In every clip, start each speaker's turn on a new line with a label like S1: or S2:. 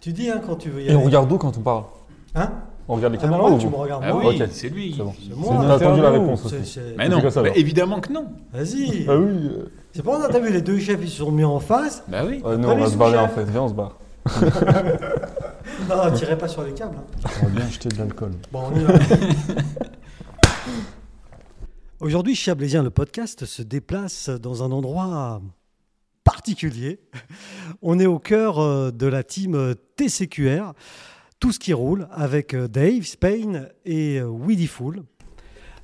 S1: Tu dis hein, quand tu veux y
S2: Et
S1: aller.
S2: on regarde où quand on parle
S1: Hein
S2: On regarde les
S1: Ah,
S2: caméras
S1: moi,
S2: ou
S1: tu me
S2: vous
S1: regardes.
S3: Ah
S1: moi.
S3: oui,
S2: Ok.
S3: c'est lui.
S2: C'est bon.
S1: C'est
S2: On
S1: moi.
S2: a attendu la
S1: C'est-
S2: réponse
S1: c'est-
S2: aussi.
S1: c'est-
S3: Mais
S2: C'est
S3: non,
S2: comme ça,
S3: bah,
S2: alors.
S3: évidemment que non.
S1: Vas-y.
S2: Ah oui euh,
S1: C'est pour ça, t'as vu, les deux chefs, ils se sont mis en face.
S3: Bah oui.
S2: euh, Nous,
S1: Allez,
S2: on va se
S1: sous-chef.
S2: barrer en fait. Viens, on se barre.
S1: Non, non, tirez pas sur les câbles. hein.
S4: On va bien jeter de l'alcool.
S1: Bon, on y va. Aujourd'hui, Chablaisien, le podcast se déplace dans un endroit particulier. On est au cœur euh, de la team euh, TCQR, tout ce qui roule, avec euh, Dave, Spain et euh, Weedy Fool.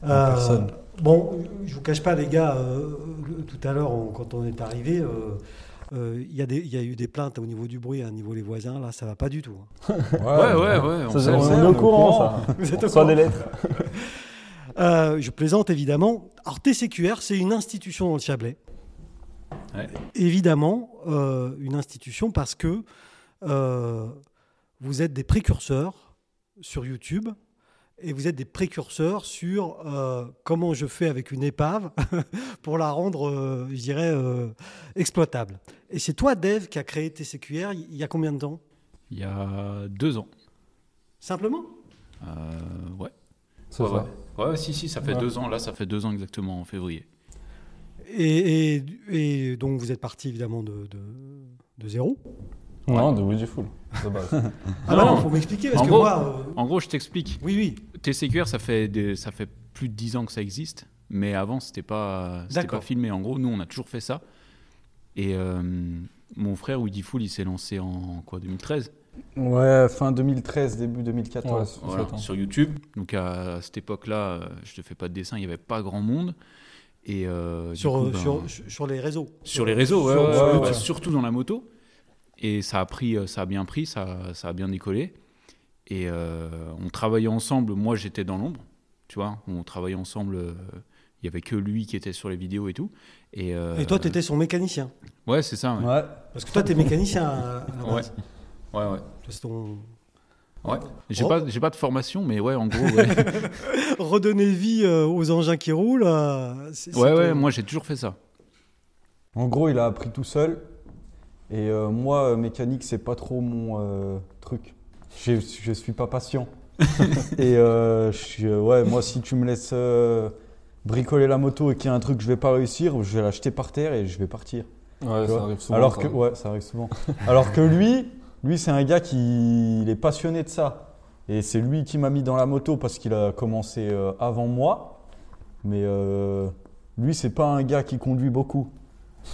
S1: Euh,
S4: personne.
S1: bon, je vous cache pas, les gars, euh, le- tout à l'heure, on- quand on est arrivé, euh, euh, il y, a des- il y a eu des plaintes au niveau du bruit, hein, au niveau des voisins. Là, ça va pas du tout. hein.
S3: Ouais, ouais, ouais. on
S2: Ça, c'est-
S3: sait.
S2: on est au courant, ça.
S1: Vous êtes
S2: On
S1: au
S2: reçoit
S1: courant
S2: des lettres.
S1: Euh, je plaisante évidemment. Alors TCQR, c'est une institution dans le Chablais.
S3: Ouais.
S1: Évidemment, euh, une institution parce que euh, vous êtes des précurseurs sur YouTube et vous êtes des précurseurs sur euh, comment je fais avec une épave pour la rendre, euh, je dirais, euh, exploitable. Et c'est toi, Dave, qui a créé TCQR il y a combien de temps
S3: Il y a deux ans.
S1: Simplement
S3: Euh, ouais.
S2: C'est
S3: ouais,
S2: ça.
S3: ouais. Ouais, si, si, ça fait
S2: Ouais.
S3: deux ans. Là, ça fait deux ans exactement en février.
S1: et, et- et donc vous êtes parti évidemment de- de, de zéro
S2: Non, de Ouija Fool. de base.
S1: Ah bah
S3: Non.
S1: non, faut m'expliquer parce
S3: En
S1: que
S3: gros,
S1: moi. euh,
S3: En gros, je t'explique.
S1: Oui, oui.
S3: TCQR, ça fait, des- ça fait plus de 10 ans que ça existe, mais avant, c'était pas, c'était
S1: D'accord.
S3: pas filmé. En gros, nous, on a toujours fait ça. Et euh, mon frère, Woody Fool, il s'est lancé en quoi, 2013
S4: Ouais, fin 2013, début
S2: Ouais,
S4: 2014.
S2: c'est
S3: Voilà,
S2: ça, attends.
S3: sur YouTube. Donc à cette époque-là, euh, je te fais pas de dessin, il n'y avait pas grand monde. Et euh, du
S1: Sur,
S3: coup,
S1: euh,
S3: ben,
S1: sur, sur- sur les réseaux.
S3: sur les réseaux, ouais,
S1: Sur-
S3: ouais,
S1: sur
S3: ouais,
S1: YouTube.
S3: ouais, surtout dans la moto. Et ça a pris, euh, ça a bien pris, ça, ça a bien décollé. Et euh, on travaillait ensemble. Moi, j'étais dans l'ombre, tu vois. On travaillait ensemble. euh, Il y avait que lui qui était sur les vidéos et tout. Et, euh,
S1: Et toi, t'étais son mécanicien.
S3: Ouais, c'est ça. Ouais,
S4: Ouais.
S1: Parce que toi, t'es mécanicien euh, à, à la
S3: ouais,
S1: base.
S3: ouais. ouais.
S1: C'est ton-
S3: Ouais. J'ai
S1: Oh.
S3: pas, j'ai pas de formation, mais ouais, en gros. Ouais,
S1: Redonner vie euh, aux engins qui roulent. euh, c'est- c'est
S3: ouais, ouais,
S1: ton-
S3: moi j'ai toujours fait ça.
S4: En gros, il a appris tout seul. Et euh, moi, euh, mécanique, c'est pas trop mon euh, truc. Je, je suis pas patient. et euh, je suis- euh, ouais, moi, si tu me laisses euh, bricoler la moto et qu'il y a un truc que je vais pas réussir, je vais la jeter par terre et je vais partir.
S2: Ouais,
S4: Tu vois
S2: ça arrive souvent.
S4: Alors
S2: ça.
S4: que, ouais, ça arrive souvent. Alors que lui, lui, c'est un gars qui il est passionné de ça. Et c'est lui qui m'a mis dans la moto parce qu'il a commencé euh, avant moi. Mais euh, lui, c'est pas un gars qui conduit beaucoup.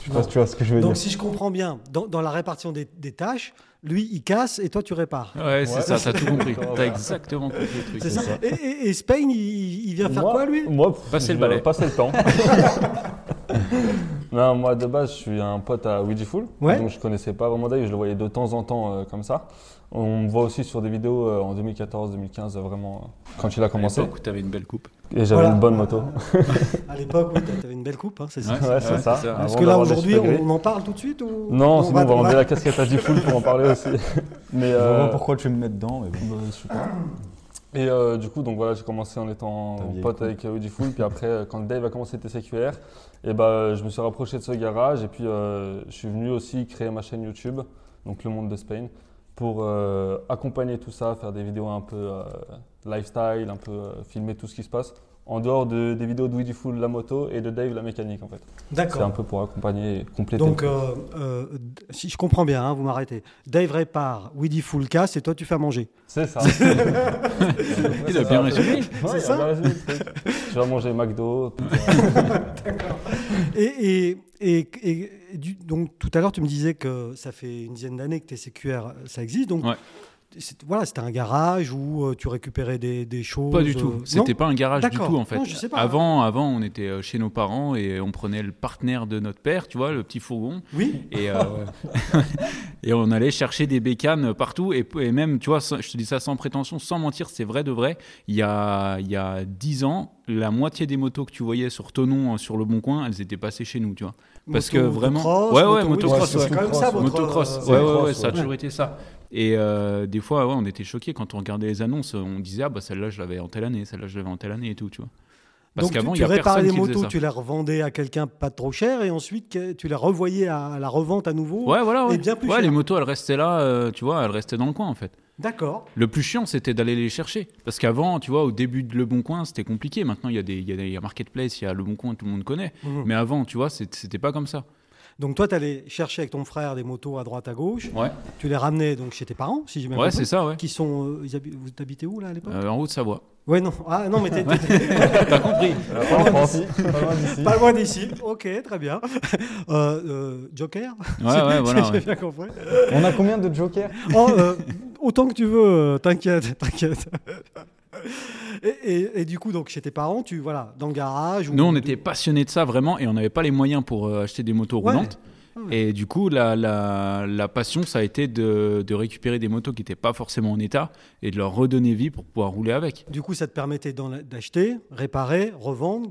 S4: Je sais pas
S1: Non.
S4: si tu vois ce que je veux
S1: Donc,
S4: dire.
S1: si je comprends bien, dans, dans la répartition des, des tâches, lui, il casse et toi, tu répares.
S3: Ouais, c'est
S4: Ouais.
S3: ça, t'as tout compris. T'as exactement compris le truc.
S1: C'est ça. Et, et- et Spain, il, il vient faire
S2: Moi-
S1: quoi, lui
S2: Moi, pff,
S3: Passer le
S2: je vais
S3: balai.
S2: Passer le temps. non, moi de base, je suis un pote à Ouija Fool.
S1: Ouais.
S2: Donc je connaissais pas vraiment Dave, je le voyais de temps en temps euh, comme ça. On me voit aussi sur des vidéos euh, en 2014-2015, euh, vraiment, euh, quand il a commencé.
S3: Commencé. T'avais une belle coupe.
S2: Et j'avais
S1: Voilà.
S2: une bonne moto.
S1: À l'époque, oui, t'avais une belle coupe, hein, c'est ça.
S3: Ouais,
S2: Ouais, c'est ça.
S3: ça.
S1: Parce
S2: Avant
S1: que là,
S2: d'avoir des
S1: aujourd'hui,
S2: cheveux gris.
S1: on en parle tout de suite ou...
S2: Non, sinon on va enlever
S1: va-
S2: la casquette à Fool pour en parler aussi. Mais
S4: Je
S2: euh,
S4: vois pas pourquoi tu veux me mets dedans, mais bon. bah,
S2: Et euh, du coup, donc voilà, j'ai commencé en étant
S4: Ta vieille
S2: pote
S4: coupe.
S2: avec Audi Fool. Puis après, euh, quand Dave a commencé TCQR, et bah, je me suis rapproché de ce garage. Et puis, euh, je suis venu aussi créer ma chaîne YouTube, donc Le Monde de Spain, pour euh, accompagner tout ça, faire des vidéos un peu euh, lifestyle, un peu euh, filmer tout ce qui se passe. En dehors de- des vidéos de Ouija Fool, la moto, et de Dave, la mécanique, en fait. C'est un
S1: D'accord.
S2: peu pour accompagner et compléter.
S1: Donc, euh, euh, d- si je comprends bien, hein, vous m'arrêtez. Dave répare, Woody full casse et toi, tu fais à manger.
S2: C'est ça.
S3: Il a bien résumé.
S2: Ouais, il a
S1: ça
S2: bien résumé le truc. Tu vas manger McDo. tout.
S1: Et, et- et- et du- donc, tout à l'heure, tu me disais que ça fait une dizaine d'années que TCQR, ça existe. Donc,
S3: Ouais.
S1: c'est- voilà, c'était un garage où euh, tu récupérais des, des choses.
S3: Pas du
S1: euh,
S3: tout.
S1: non
S3: C'était pas un garage du
S1: D'accord.
S3: tout en fait.
S1: Non, je sais pas.
S3: Avant, avant, on était euh, chez nos parents et on prenait le partenaire de notre père, tu vois, le petit fourgon,
S1: Oui,
S3: et, euh, et on allait chercher des bécanes partout. Et, et même, tu vois, sans- je te dis ça sans prétention, sans mentir, c'est vrai de vrai. Il y a il y a dix ans, la moitié des motos que tu voyais sur Tonon, euh, sur le Bon Coin, elles étaient passées chez nous, tu vois. Parce que vraiment-
S1: motocross,
S3: Ouais, ouais,
S1: moto- oui,
S3: motocross,
S1: c'est- c'est
S3: ouais.
S1: quand même ça, votre,
S3: Motocross,
S1: euh,
S3: ouais, ouais,
S2: motocross,
S3: ouais, ça a
S1: ouais.
S3: toujours été ça. Et euh, des fois, ouais, on était choqués quand on regardait les annonces, on disait, ah bah celle-là, je l'avais en telle année, celle-là, je l'avais en telle année et tout, tu vois. Parce
S1: Donc, tu,
S3: qu'avant, il
S1: tu
S3: y a
S1: réparais
S3: personne
S1: les
S3: qui faisait
S1: motos,
S3: ça.
S1: tu les revendais à quelqu'un pas trop cher et ensuite que- tu les revoyais à, à la revente à nouveau.
S3: Ouais, voilà. Ouais.
S1: Et bien plus
S3: ouais,
S1: cher.
S3: les motos, elles restaient là, euh, tu vois, elles restaient dans le coin en fait.
S1: D'accord.
S3: Le plus chiant, c'était d'aller les chercher. Parce qu'avant, tu vois, au début de Le Bon Coin, c'était compliqué. Maintenant, il y, a des- il y a des- il y a Marketplace, il y a Le Bon Coin, tout le monde connaît.
S1: Mhm.
S3: Mais avant, tu vois, c'est- c'était pas comme ça.
S1: Donc toi, tu allais chercher avec ton frère des motos à droite à gauche.
S3: Ouais,
S1: Tu les ramenais donc chez tes parents, si j'ai bien
S3: ouais
S1: compris.
S3: c'est ça, ouais.
S1: Qui sont euh, ils habi- vous habitez où là à l'époque
S3: Euh, en route, ça voit.
S1: Ouais non ah non mais t'es, t'es- t'es
S3: T'as compris
S4: Euh, pas loin d'ici,
S1: Bah,
S4: pas loin d'ici.
S1: pas loin d'ici. Ok très bien. Euh, euh, Joker.
S3: Ouais, ouais, voilà.
S1: j'ai
S3: ouais.
S1: bien compris.
S4: On a combien de jokers
S1: Oh, euh, autant que tu veux, euh, t'inquiète, t'inquiète. Et, et- et du coup, donc chez tes parents, tu voilà, dans le garage. ou-
S3: Nous, on était passionnés de ça vraiment et on n'avait pas les moyens pour euh, acheter des motos
S1: Ouais. Ah
S3: roulantes.
S1: Ouais.
S3: Et du coup, la, la, la passion, ça a été de, de récupérer des motos qui n'étaient pas forcément en état et de leur redonner vie pour pouvoir rouler avec.
S1: Du coup, ça te permettait d'en- d'acheter, réparer, revendre,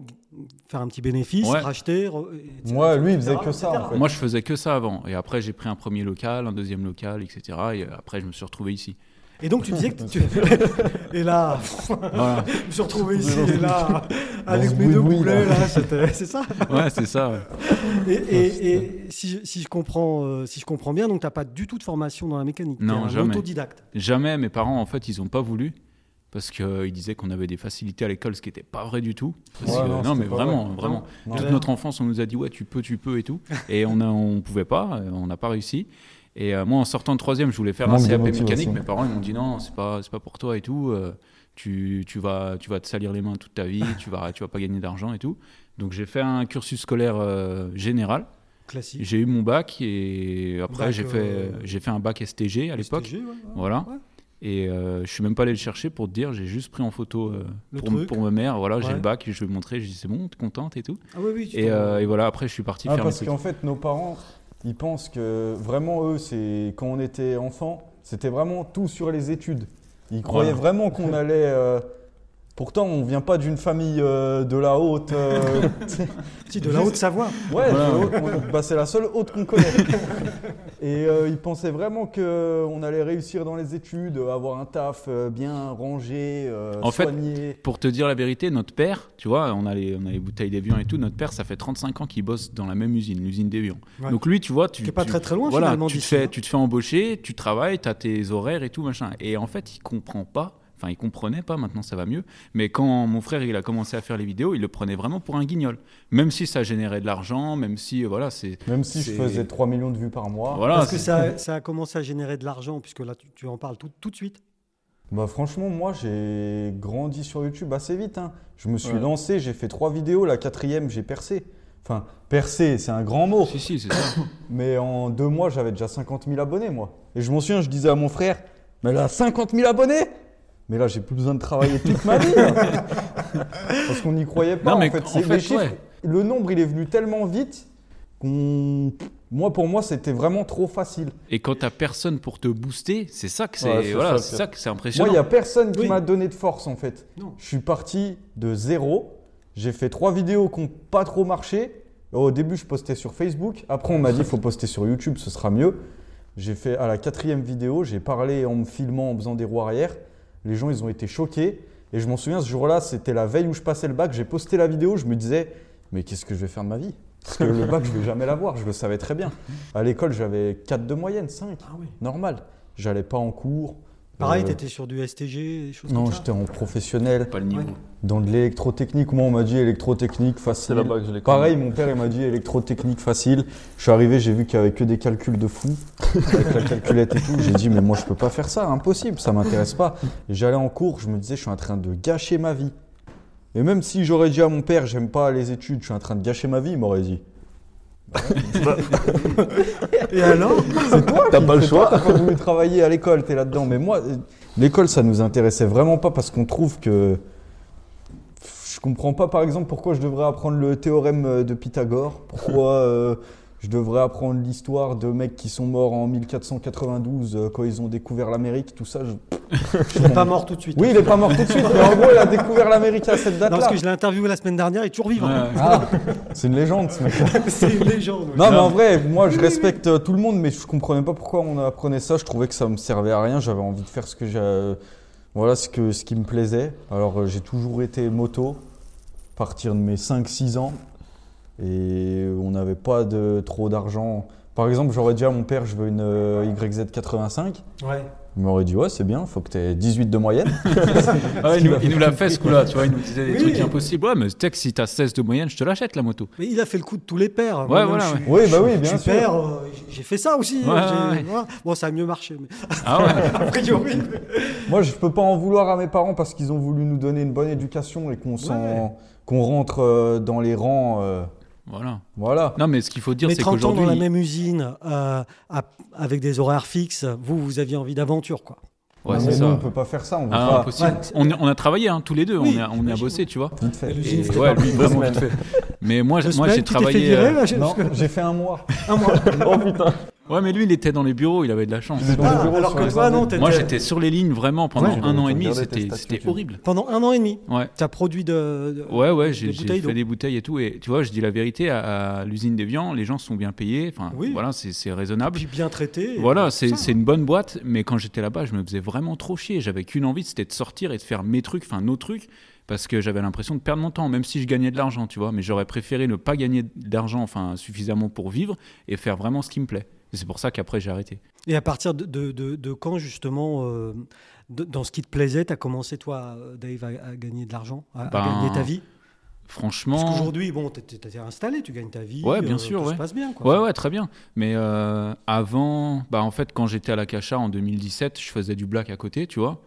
S1: faire un petit bénéfice,
S3: Ouais.
S1: racheter. re- et- etc.
S4: Moi, lui, il faisait que
S1: etc.
S4: ça, en fait. Ouais.
S3: Moi, je faisais que ça avant. Et après, j'ai pris un premier local, un deuxième local, etc. Et euh, après, je me suis retrouvé ici.
S1: Et donc, tu disais que tu. et là,
S3: Voilà.
S1: je me suis retrouvé ici, et là, avec
S4: ce
S1: mes deux
S4: boui-boui,
S1: boulets,
S4: là. Ah,
S1: là, c'était- c'est ça.
S3: Ouais, c'est ça.
S1: Et, et- et si, je- si je comprends, euh, si je comprends bien, donc, tu n'as pas du tout de formation dans la mécanique.
S3: Non,
S1: T'es un
S3: jamais.
S1: autodidacte.
S3: Jamais. Mes parents, en fait, ils n'ont pas voulu parce qu'ils disaient qu'on avait des facilités à l'école, ce qui n'était pas vrai du tout. Parce
S4: Ouais,
S3: que-
S4: non,
S3: non, mais
S4: c'était pas
S3: vraiment,
S4: vrai.
S3: vraiment.
S4: Non.
S3: Toute notre enfance, on nous a dit ouais, tu peux, tu peux et tout. Et on a, on pouvait pas, euh, on n'a pas réussi. Et euh, moi, en sortant de troisième, je voulais faire un
S4: Manque de
S3: CAP
S4: motivation.
S3: mécanique. Mes parents, ils m'ont dit non, c'est pas, c'est pas pour toi et tout. euh, tu, tu vas, tu vas te salir les mains toute ta vie. Tu vas, tu vas pas gagner d'argent et tout. Donc j'ai fait un cursus scolaire euh, général.
S1: Classique.
S3: J'ai eu mon bac et après
S1: Bac,
S3: j'ai fait,
S1: euh,
S3: j'ai fait un bac STG à l'époque.
S1: STG, ouais, ouais.
S3: Voilà.
S1: Ouais.
S3: Et euh, je suis même pas allé le chercher pour te dire, j'ai juste pris en photo euh,
S1: Le
S3: pour,
S1: truc.
S3: pour ma mère. Voilà, j'ai
S1: Ouais.
S3: le bac, je lui ai montré, j'ai dit c'est bon, t'es contente et tout.
S1: Ah oui, oui. tu
S3: Et,
S1: t'en-
S3: euh, et voilà, après je suis parti
S4: Ah,
S3: faire mes
S4: parce
S3: trucs.
S4: qu'en fait, nos parents, ils pensent que vraiment, eux, c'est quand on était enfant, c'était vraiment tout sur les études. Ils croyaient
S3: Voilà.
S4: vraiment qu'on allait. euh, Pourtant, on vient pas d'une famille euh, de la haute. euh,
S1: Si, de la
S4: juste-
S1: Haute-Savoie.
S4: Ouais,
S3: Voilà.
S4: de la haute, on- bah, c'est la seule haute qu'on connaît. Et euh, ils pensaient vraiment qu'on allait réussir dans les études, avoir un taf euh, bien rangé, euh,
S3: En fait,
S4: soigné.
S3: Pour te dire la vérité, notre père, tu vois, on a les, on a les bouteilles d'Evian et tout, notre père, ça fait 35 ans qu'il bosse dans la même usine, l'usine d'Evian.
S1: Ouais.
S3: Donc lui, tu vois, tu...
S1: Qui est pas
S3: tu-
S1: très, très loin,
S3: voilà,
S1: finalement,
S3: tu te,
S1: d'ici,
S3: fais,
S1: hein.
S3: tu te fais embaucher, tu travailles, tu as tes horaires et tout, machin. Et en fait, il comprend pas, enfin, il comprenait pas, maintenant ça va mieux, mais quand mon frère, il a commencé à faire les vidéos, il le prenait vraiment pour un guignol. Même si ça générait de l'argent, même si, euh, voilà, c'est...
S4: Même si je
S3: c'est-
S4: faisais 3 millions de vues par mois.
S3: Voilà,
S1: Parce que
S3: c'est-
S1: ça, ça a commencé à générer de l'argent, puisque là, tu, tu en parles tout, tout de suite.
S4: Bah franchement, moi j'ai grandi sur YouTube assez vite. hein. Je me suis
S2: Ouais.
S4: lancé, j'ai fait trois vidéos, la quatrième j'ai percé. Enfin, percé, c'est un grand mot.
S3: Si, si, c'est ça.
S4: Mais en deux mois, j'avais déjà 50 000 abonnés, moi. Et je m'en souviens, je disais à mon frère, mais là, 50 000 abonnés Mais là, j'ai plus besoin de travailler toute ma vie. hein. Parce qu'on n'y croyait pas.
S3: Non, mais
S4: en fait,
S3: en
S4: C'est-
S3: fait,
S4: les chiffres-
S3: ouais.
S4: le nombre, il est venu tellement vite qu'on... Moi, pour moi, c'était vraiment trop facile.
S3: Et quand t'as personne pour te booster, c'est ça que c'est...
S2: Ouais, c'est
S3: voilà,
S2: ça,
S3: c'est
S2: c'est-
S3: ça que c'est
S4: Moi,
S3: impressionnant.
S4: il n'y a personne qui
S1: Oui.
S4: m'a donné de force en fait.
S1: Non.
S4: Je suis parti de zéro. J'ai fait trois vidéos qui n'ont pas trop marché. Au début, je postais sur Facebook. Après, on m'a dit faut poster sur YouTube, ce sera mieux. J'ai fait à la quatrième vidéo, j'ai parlé en me filmant, en faisant des roues arrière. Les gens, ils ont été choqués. Et je m'en souviens, ce jour-là, c'était la veille où je passais le bac. J'ai posté la vidéo. Je me disais, mais qu'est-ce que je vais faire de ma vie Parce que le bac, je vais jamais l'avoir. Je le savais très bien. À l'école, j'avais 4 de moyenne, 5.
S1: Ah oui.
S4: Normal. J'allais pas en cours.
S1: Pareil,
S4: Euh,
S1: tu étais sur du STG, des choses
S4: non,
S1: comme ça.
S4: j'étais en professionnel.
S3: Pas le niveau.
S1: Ouais.
S4: Dans de l'électrotechnique, moi, on m'a dit électrotechnique
S2: C'est
S4: facile.
S2: là-bas que je l'ai connu.
S4: Pareil, mon père, il m'a dit électrotechnique facile. Je suis arrivé, j'ai vu qu'il n'y avait que des calculs de fou, avec la calculette et tout. J'ai dit, mais moi, je peux pas faire ça, impossible, ça m'intéresse pas. Et J'allais en cours, je me disais, je suis en train de gâcher ma vie. Et même si j'aurais dit à mon père, j'aime pas les études, je suis en train de gâcher ma vie, il m'aurait dit.
S1: Et alors
S4: C'est toi
S2: T'as
S4: qui-
S2: pas le
S4: c'est toi,
S2: choix.
S4: T'as pas voulu travailler à l'école, t'es là-dedans. Mais moi, euh, l'école, ça nous intéressait vraiment pas parce qu'on trouve que. Je comprends pas, par exemple, pourquoi je devrais apprendre le théorème euh, de Pythagore, pourquoi euh, je devrais apprendre l'histoire de mecs qui sont morts en 1492 euh, quand ils ont découvert l'Amérique, tout ça. je-
S1: Il n'est pas mort tout de suite.
S4: Oui, il est pas mort tout de suite, mais en gros, il a découvert l'Amérique à cette
S1: Non, parce
S4: date-là.
S1: que je l'ai interviewé la semaine dernière, il est toujours vivant.
S3: Ouais.
S4: Ah, c'est une légende, ce mec-là.
S1: C'est une légende. ouais.
S4: Non, mais en vrai, moi je respecte euh, tout le monde, mais je comprenais pas pourquoi on apprenait ça. Je trouvais que ça me servait à rien. J'avais envie de faire ce que j'ai, euh, voilà, ce que ce qui me plaisait. Alors euh, j'ai toujours été moto. partir de mes 5-6 ans. Et on n'avait pas de trop d'argent. Par exemple, j'aurais dit à mon père, je veux une euh, YZ85.
S1: Ouais.
S4: Il m'aurait dit, ouais, c'est bien, faut que tu aies 18 de moyenne.
S3: Ah ouais, il, nous, il nous l'a fait ce coup-là, tu vois, il nous disait des
S1: Oui.
S3: trucs impossibles. Ouais, mais tu sais que si t'as 16 de moyenne, je te l'achète la moto.
S1: Mais il a fait le coup de tous les pères.
S3: Ouais,
S1: Moi-même,
S3: voilà,
S1: je
S3: ouais.
S1: suis-
S4: Oui, bah
S1: je-
S4: oui,
S1: je
S4: bien
S1: suis
S4: sûr.
S1: père, euh, j'ai- j'ai fait ça aussi.
S3: Ouais,
S1: hein,
S3: ouais,
S1: j'ai-
S3: ouais.
S1: voilà. Bon, ça a mieux marché. Mais...
S3: Ah ouais.
S1: A priori. mais-
S4: Moi, je peux pas en vouloir à mes parents parce qu'ils ont voulu nous donner une bonne éducation et qu'on s'en-
S1: Ouais.
S4: qu'on rentre euh, dans les rangs. euh,
S3: voilà.
S4: voilà.
S3: Non, mais ce qu'il faut dire,
S1: Mais
S3: c'est
S1: 30 ans dans
S3: qu'aujourd'hui.
S1: la même usine, euh, à- avec des horaires fixes, vous, vous aviez envie d'aventure, quoi.
S3: Ouais,
S4: Non,
S3: c'est
S4: mais
S3: ça.
S4: nous, on peut pas faire ça. On veut
S3: Ah,
S4: pas.
S3: impossible.
S1: Ouais, c'est-
S3: on, on a travaillé hein, tous les deux,
S1: Oui,
S3: on, a, on a
S1: j'imagine.
S3: bossé, tu vois.
S4: Vite fait.
S1: Et
S3: Et
S1: l'usine, c'était
S3: ouais,
S1: pas-
S3: lui,
S2: Deux
S3: vraiment,
S2: semaines.
S3: tout fait. Mais moi,
S1: Deux
S3: je- moi
S1: semaines,
S3: j'ai
S1: tu t'es
S3: travaillé.
S1: fait virer,
S3: euh,
S1: là, je-
S4: Non,
S1: parce que-
S4: j'ai fait un mois.
S1: un mois.
S2: Oh putain.
S3: Ouais, mais lui, il était dans les bureaux, il avait de la chance.
S4: J'étais dans
S1: Ah,
S4: le bureau
S1: alors
S4: sur
S1: que
S4: les
S1: toi,
S4: ordi.
S1: non, t'étais-
S3: Moi, j'étais sur les lignes vraiment pendant
S1: Ouais.
S3: un an et
S2: Tu
S3: demi,
S2: regardais tes
S3: c'était
S2: stats
S3: c'était
S2: YouTube.
S3: horrible.
S1: Pendant un an et demi,
S3: Ouais.
S1: tu as produit de. de-
S3: Ouais, ouais, j'ai
S1: des
S3: j'ai
S1: bouteilles d'eau.
S3: fait des bouteilles et tout. Et tu vois, je dis la vérité, à, à l'usine des viands, les gens sont bien payés. Enfin,
S1: Oui.
S3: voilà, c'est c'est raisonnable.
S1: Puis bien traité. et
S3: Ah, bah, Voilà,
S1: tout
S3: c'est
S1: euh, ça. hein.
S3: c'est une bonne boîte, mais quand j'étais là-bas, je me faisais vraiment trop chier. J'avais qu'une envie, c'était de sortir et de faire mes trucs, enfin nos trucs, parce que j'avais l'impression de perdre mon temps, même si je gagnais de l'argent, tu vois. Mais j'aurais préféré ne pas gagner d'argent, enfin suffisamment pour vivre, et faire vraiment ce qui me plaît. Et c'est pour ça qu'après, j'ai arrêté.
S1: Et à partir de, de- de- de quand, justement, euh, de- dans ce qui te plaisait, tu as commencé, toi, euh, Dave, à, à gagner de l'argent, à, à
S3: Ben,
S1: gagner ta vie Parce
S3: Franchement.
S1: qu'aujourd'hui, bon, tu t'es installé, tu gagnes ta vie. euh,
S3: Ouais, bien sûr,
S1: tout
S3: ouais.
S1: se passe bien, quoi.
S3: Ouais, ouais, très bien. Mais euh, avant, bah, en fait, quand j'étais à la Cacha en 2017, je faisais du black à côté, tu vois.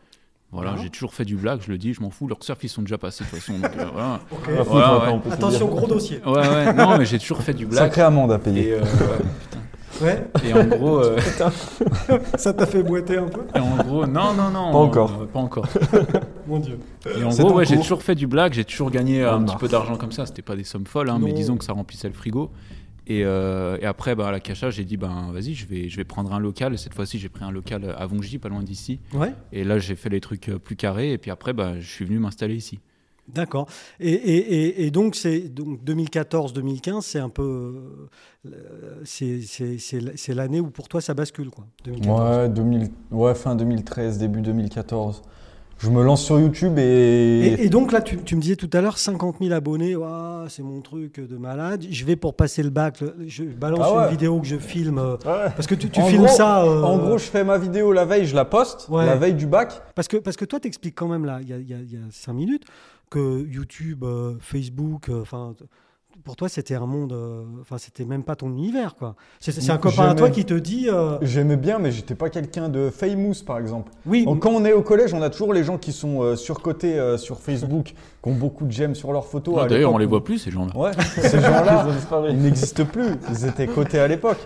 S3: Voilà,
S1: Ah.
S3: j'ai toujours fait du black, je le dis, je m'en fous. Leurs surf, ils sont déjà passés, de toute façon. donc, euh, voilà.
S1: Ok.
S2: La faute,
S3: Ouais,
S2: attends,
S3: ouais.
S2: on peut te
S1: Attention,
S2: dire.
S1: gros dossier.
S3: Ouais, ouais, non, mais j'ai toujours fait du black.
S4: Sacrée amende à payer.
S3: Et, euh,
S1: Ouais,
S3: et en gros. euh,
S1: ça t'a fait boiter un peu
S3: Et en gros, non, non, non.
S4: Pas encore.
S3: euh, pas encore.
S1: Mon Dieu.
S3: Et en
S4: C'est
S3: gros,
S4: en
S3: ouais, j'ai
S4: cours.
S3: toujours fait du blague, j'ai toujours gagné euh,
S4: On
S3: un petit
S4: marque.
S3: peu d'argent comme ça. C'était pas des sommes folles, hein, mais
S1: Non.
S3: disons que ça remplissait le frigo. Et, euh, et après, bah, à la cacha, j'ai dit, ben vas-y, je vais, je vais prendre un local. Et cette fois-ci, j'ai pris un local à Vongy, pas loin d'ici.
S1: Ouais,
S3: Et là, j'ai fait les trucs euh, plus carrés. Et puis après, bah, je suis venu m'installer ici.
S1: d'accord. Et, et- et- et donc, c'est donc 2014-2015, c'est un peu. euh, c'est- C'est c'est- c'est l'année où pour toi ça bascule, quoi. 2014.
S4: Ouais, 2000 ouais, fin 2013, début 2014. Je me lance sur YouTube et.
S1: Et, et donc là, tu, tu me disais tout à l'heure 50 000 abonnés, Ouah, c'est mon truc de malade. Je vais pour passer le bac, le- je balance
S4: Ah ouais.
S1: une vidéo que je filme. euh,
S2: Ouais.
S1: Parce que tu, tu
S4: En
S1: filmes
S4: gros-
S1: ça. euh,
S4: En gros, je fais ma vidéo la veille, je la poste,
S1: Ouais.
S4: la veille du bac.
S1: parce, que, parce que toi, t'expliques quand même, là, il y a, il y a- il y a cinq minutes, que YouTube, euh, Facebook, euh, enfin. t- pour toi, c'était un monde. euh, Enfin, c'était même pas ton univers, quoi. C'est c'est un
S4: Jamais.
S1: copain à toi qui te dit. euh,
S4: J'aimais bien, mais j'étais pas quelqu'un de famous, par exemple.
S1: oui,
S4: Donc, quand on est au collège, on a toujours les gens qui sont euh, surcotés euh, sur Facebook, qui ont beaucoup de j'aime sur leurs photos.
S3: Ouais,
S4: à
S3: Ah, D'ailleurs, on
S4: l'époque.
S3: les voit plus, ces gens-là.
S4: Ouais, ces gens-là,
S2: Ils ont disparu.
S4: ils n'existent plus. Ils étaient cotés à l'époque.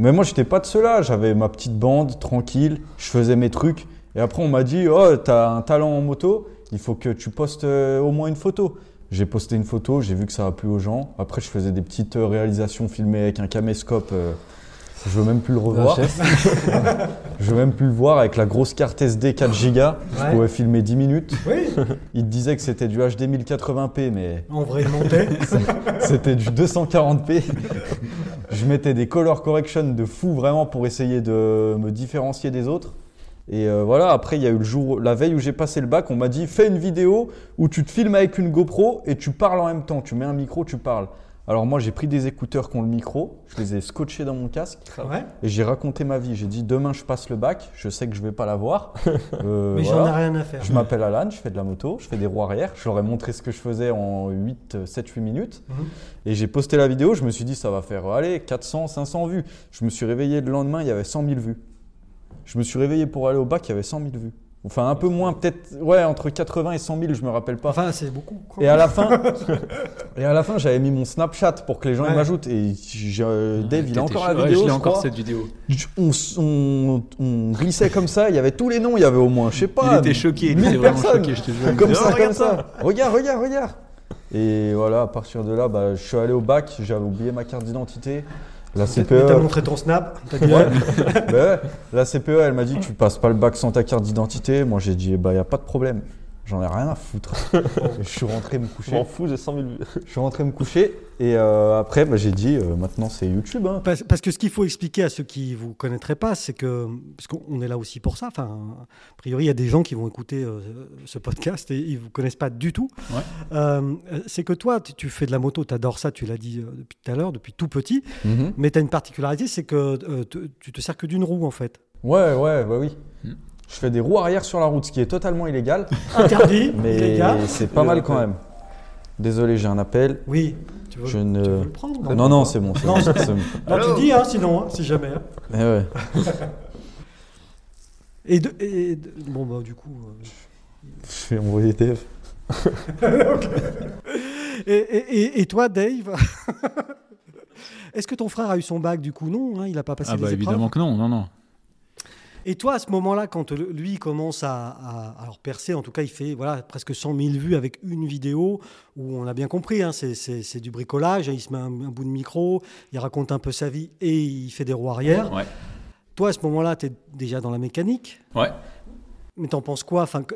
S4: Mais moi, j'étais pas de ceux-là. J'avais ma petite bande, tranquille. Je faisais mes trucs. Et après, on m'a dit Oh, t'as un talent en moto. Il faut que tu postes euh, au moins une photo. J'ai posté une photo. J'ai vu que ça a plu aux gens. Après, je faisais des petites euh, réalisations filmées avec un caméscope. euh, je veux même plus le revoir. je veux même plus le voir avec la grosse carte SD 4 Go. Je
S1: Ouais.
S4: pouvais filmer 10 minutes.
S1: oui.
S4: Il te disait que c'était du HD 1080p, mais.
S1: En vrai, il mentait.
S4: C'était du 240p. Je mettais des color correction de fou vraiment pour essayer de me différencier des autres. Et euh, voilà, après il y a eu le jour, la veille où j'ai passé le bac, on m'a dit fais une vidéo où tu te filmes avec une GoPro et tu parles en même temps. Tu mets un micro, tu parles. Alors moi j'ai pris des écouteurs qui ont le micro, je les ai scotchés dans mon casque
S1: Ouais.
S4: et j'ai raconté ma vie. J'ai dit demain je passe le bac, je sais que je vais pas l'avoir. Euh,
S1: Mais
S4: voilà.
S1: j'en ai rien à faire.
S4: Je m'appelle Alan, je fais de la moto, je fais des roues arrière. Je leur ai montré ce que je faisais en 8, euh, 7, 8 minutes.
S1: Mhm.
S4: Et j'ai posté la vidéo, je me suis dit, ça va faire, euh, allez, 400, 500 vues. Je me suis réveillé le lendemain, il y avait 100 000 vues. Je me suis réveillé pour aller au bac, il y avait 100 000 vues. Enfin, un peu moins, peut-être, ouais, entre 80 et 100 000, je me rappelle pas.
S1: Enfin, c'est beaucoup. quoi.
S4: Et à la fin, et à la fin, j'avais mis mon Snapchat pour que les gens
S1: Ouais.
S4: ils m'ajoutent. Et j'ai- euh, Dave, il
S3: T'étais
S4: a encore la
S3: chaud. Ouais,
S4: vidéo.
S3: je l'ai
S4: je
S3: encore
S4: crois.
S3: cette vidéo.
S4: On, s- on- on glissait comme ça. Il y avait tous les noms. Il y avait au moins, je sais pas.
S3: il était choqué, il
S4: mille
S3: était vraiment
S4: personnes.
S3: choqué, je te jure.
S4: Comme ça, comme ça. Regarde, regarde, regarde. Et voilà, à partir de là, bah, je suis allé au bac, j'avais oublié ma carte d'identité. La
S1: Mais
S4: CPE,
S1: t'as montré ton snap. T'as dit,
S4: Ouais. bah E, ouais, la CPE, elle m'a dit tu passes pas le bac sans ta carte d'identité. Moi, j'ai dit bah y eh a pas de problème. J'en ai rien à foutre. je suis rentré me
S2: Je
S4: coucher.
S2: m'en fous, j'ai 100 000 vues.
S4: Je suis rentré me coucher et euh, après, bah, j'ai dit, euh, maintenant c'est YouTube. hein.
S1: Parce, parce que ce qu'il faut expliquer à ceux qui vous connaîtraient pas, c'est que parce qu'on est là aussi pour ça. Enfin, a priori, il y a des gens qui vont écouter euh, ce podcast et ils vous connaissent pas du tout.
S3: Ouais.
S1: Euh, c'est que toi, tu, tu fais de la moto, tu adores ça, tu l'as dit euh, depuis tout à l'heure, depuis tout petit. Mais tu as une particularité, c'est que euh, te- tu te sers que d'une roue en fait.
S4: Ouais, ouais, bah oui.
S3: Mm.
S4: Je fais des roues arrière sur la route, ce qui est totalement illégal,
S1: Interdit, les
S4: Ah. mais
S1: gars.
S4: c'est pas mal quand même. Désolé, j'ai un appel.
S1: Oui. Tu veux,
S4: Je
S1: tu
S4: ne-
S1: veux le prendre Non,
S4: Non, non, c'est bon. c'est
S1: Non,
S4: bon, c'est bon.
S1: Non, tu dis, hein, sinon, hein, si jamais. hein.
S4: Eh ouais.
S1: Et, de- et de- bon, bah, du coup. euh,
S4: Je vais envoyer TF.
S1: Et, et- et- et toi, Dave Est-ce que ton frère a eu son bac du coup Non, hein, il n'a pas passé
S3: Ah
S1: les
S3: bah
S1: épreuves.
S3: évidemment que non, non, non.
S1: Et toi, à ce moment-là, quand le- lui commence à, à- alors percer, en tout cas, il fait voilà presque 100 000 vues avec une vidéo où on a bien compris, hein, c'est- c'est c'est du bricolage. hein, il se met un, un bout de micro, il raconte un peu sa vie et il fait des roues arrière.
S3: Ouais.
S1: Toi, à ce moment-là, tu es déjà dans la mécanique.
S3: Ouais.
S1: Mais t'en penses quoi enfin, que-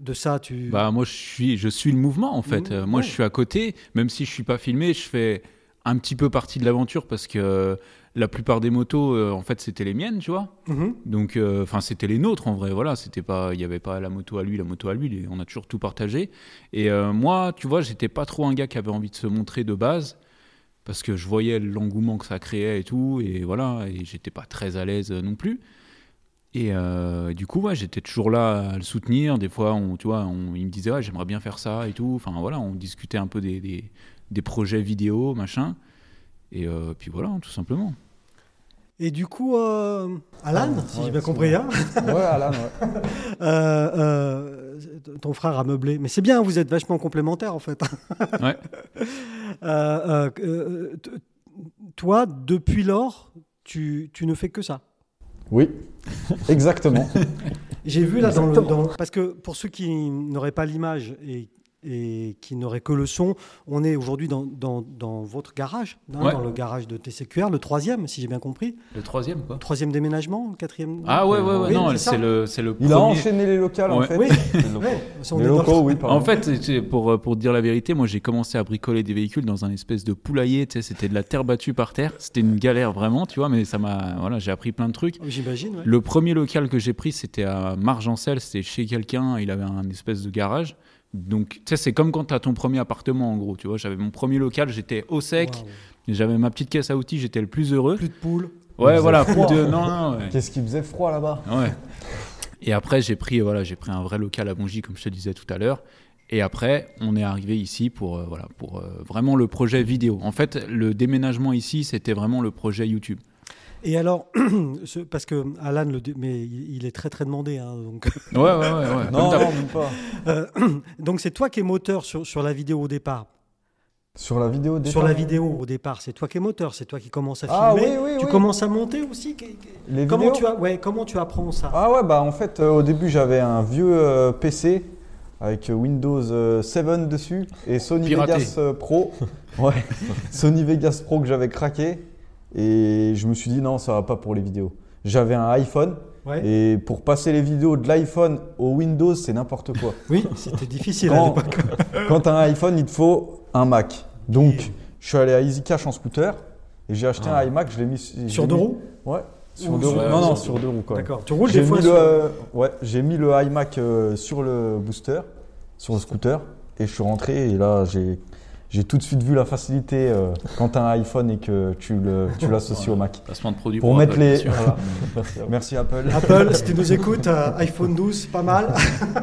S1: de ça tu...
S3: Bah moi je suis je suis le mouvement en fait.
S1: Le
S3: Euh,
S1: mouvement.
S3: moi je suis à côté, même si je suis pas filmé, je fais un petit peu partie de l'aventure parce que euh, la plupart des motos euh, en fait c'était les miennes, tu vois.
S1: Mhm.
S3: Donc euh, enfin c'était les nôtres en vrai, voilà, c'était pas il y avait pas la moto à lui, la moto à lui, les- on a toujours tout partagé et euh, moi, tu vois, j'étais pas trop un gars qui avait envie de se montrer de base parce que je voyais l'engouement que ça créait et tout et voilà, et j'étais pas très à l'aise euh, non plus. Et euh, du coup, ouais, j'étais toujours là à le soutenir. Des fois, on, tu vois, on- il me disait, ouais, j'aimerais bien faire ça et tout. Enfin, voilà, on discutait un peu des, des, des projets vidéo, machin. Et euh, puis voilà, tout simplement.
S1: Et du coup, euh, Alan,
S4: Ah,
S1: si
S4: ouais,
S1: j'ai bien
S4: c'est
S1: compris,
S4: vrai.
S1: hein,
S4: Ouais, Alan, ouais.
S1: Euh, euh, ton frère a meublé. Mais c'est bien, vous êtes vachement complémentaires en fait.
S3: Ouais.
S1: Euh, euh, euh, t- toi, depuis lors, tu, tu ne fais que ça.
S4: Oui, exactement.
S1: J'ai vu là dans le, dans- Parce que pour ceux qui n'auraient pas l'image et, et qui n'auraient que le son, on est aujourd'hui dans, dans- dans votre garage, hein,
S3: Ouais.
S1: dans le garage de TCQR, le troisième, si j'ai bien compris.
S3: Le troisième, quoi.
S1: Troisième déménagement, le quatrième.
S3: Ah ouais, ouais, ouais,
S1: Oui,
S3: non,
S1: c'est ça.
S3: c'est le, c'est le
S4: Il
S3: premier.
S4: a enchaîné les locales en
S3: Ouais.
S4: fait.
S1: Oui,
S2: Hello.
S1: ouais, on est
S4: Les
S1: dans-
S4: locaux, oui, pardon.
S3: En fait, c'est- c'est pour, euh, pour te dire la vérité, moi j'ai commencé à bricoler des véhicules dans un espèce de poulailler, tu sais, c'était de la terre battue par terre, c'était une galère vraiment, tu vois, mais ça m'a, voilà, j'ai appris plein de trucs.
S1: J'imagine, ouais.
S3: Le premier local que j'ai pris, c'était à Margencel, c'était chez quelqu'un, il avait un espèce de garage. Donc, tu sais, c'est comme quand tu as ton premier appartement, en gros, tu vois. J'avais mon premier local, j'étais au sec,
S1: Waouh.
S3: j'avais ma petite caisse à outils, j'étais le plus heureux.
S1: Plus de poules.
S3: Ouais, voilà,
S4: froid.
S3: plus de... Non, non, ouais.
S4: Qu'est-ce qu'il faisait froid là-bas
S3: Ouais. Et après, j'ai pris, euh, voilà, j'ai pris un vrai local à Bongy, comme je te disais tout à l'heure. Et après, on est arrivé ici pour, euh, voilà, pour euh, vraiment le projet vidéo. En fait, le déménagement ici, c'était vraiment le projet YouTube.
S1: Et alors, ce- parce que Alan, le, dé- mais il il est très très demandé, hein, donc
S3: Ouais, ouais, ouais. ouais.
S1: Ah,
S3: Comme
S4: Non,
S3: t'as-
S4: non, même pas.
S1: euh, donc c'est toi qui es moteur sur, sur la vidéo au départ.
S4: Sur la vidéo des
S1: Sur la vidéo au départ, c'est toi qui es moteur, c'est toi qui commences à
S4: Ah,
S1: filmer.
S4: oui, oui,
S1: tu
S4: oui.
S1: commences à monter aussi. qu'est- qu'est-
S4: Les
S1: Comment
S4: vidéos
S1: tu, as, ouais, comment tu apprends ça
S4: Ah ouais, bah en fait, euh, au début, j'avais un vieux euh, PC avec euh, Windows euh, 7 dessus et Sony
S3: Piraté.
S4: Vegas euh, Pro. Ouais, Sony Vegas Pro que j'avais craqué. Et je me suis dit, non, ça va pas pour les vidéos. J'avais un iPhone
S1: Ouais.
S4: et pour passer les vidéos de l'iPhone au Windows, c'est n'importe quoi.
S1: Oui, c'était difficile à
S4: Quand,
S1: l'époque.
S4: quand t'as un iPhone, il te faut un Mac. Donc, je suis allé à Easy Cash en scooter et j'ai acheté un iMac. Je l'ai mis je
S1: Ah. Sur
S4: l'ai
S1: deux
S4: mis-
S1: roues
S4: Ouais, sur
S1: Ou
S4: deux
S1: sur-
S4: roues. Non, non, sur deux roues quand même.
S1: D'accord. Tu roules des
S4: J'ai mis,
S1: fois
S4: le,
S1: sur-
S4: euh, ouais, j'ai mis le iMac euh, sur le booster, sur le scooter, et je suis rentré. Et là, j'ai, j'ai tout de suite vu la facilité euh, quand tu as un iPhone et que tu, le, tu l'associes au Mac.
S3: Placement de produit
S4: Pour mettre
S3: Apple,
S4: les.
S3: bien sûr.
S4: voilà. Merci Apple.
S1: Apple, si tu nous écoutes, euh, iPhone 12, pas mal.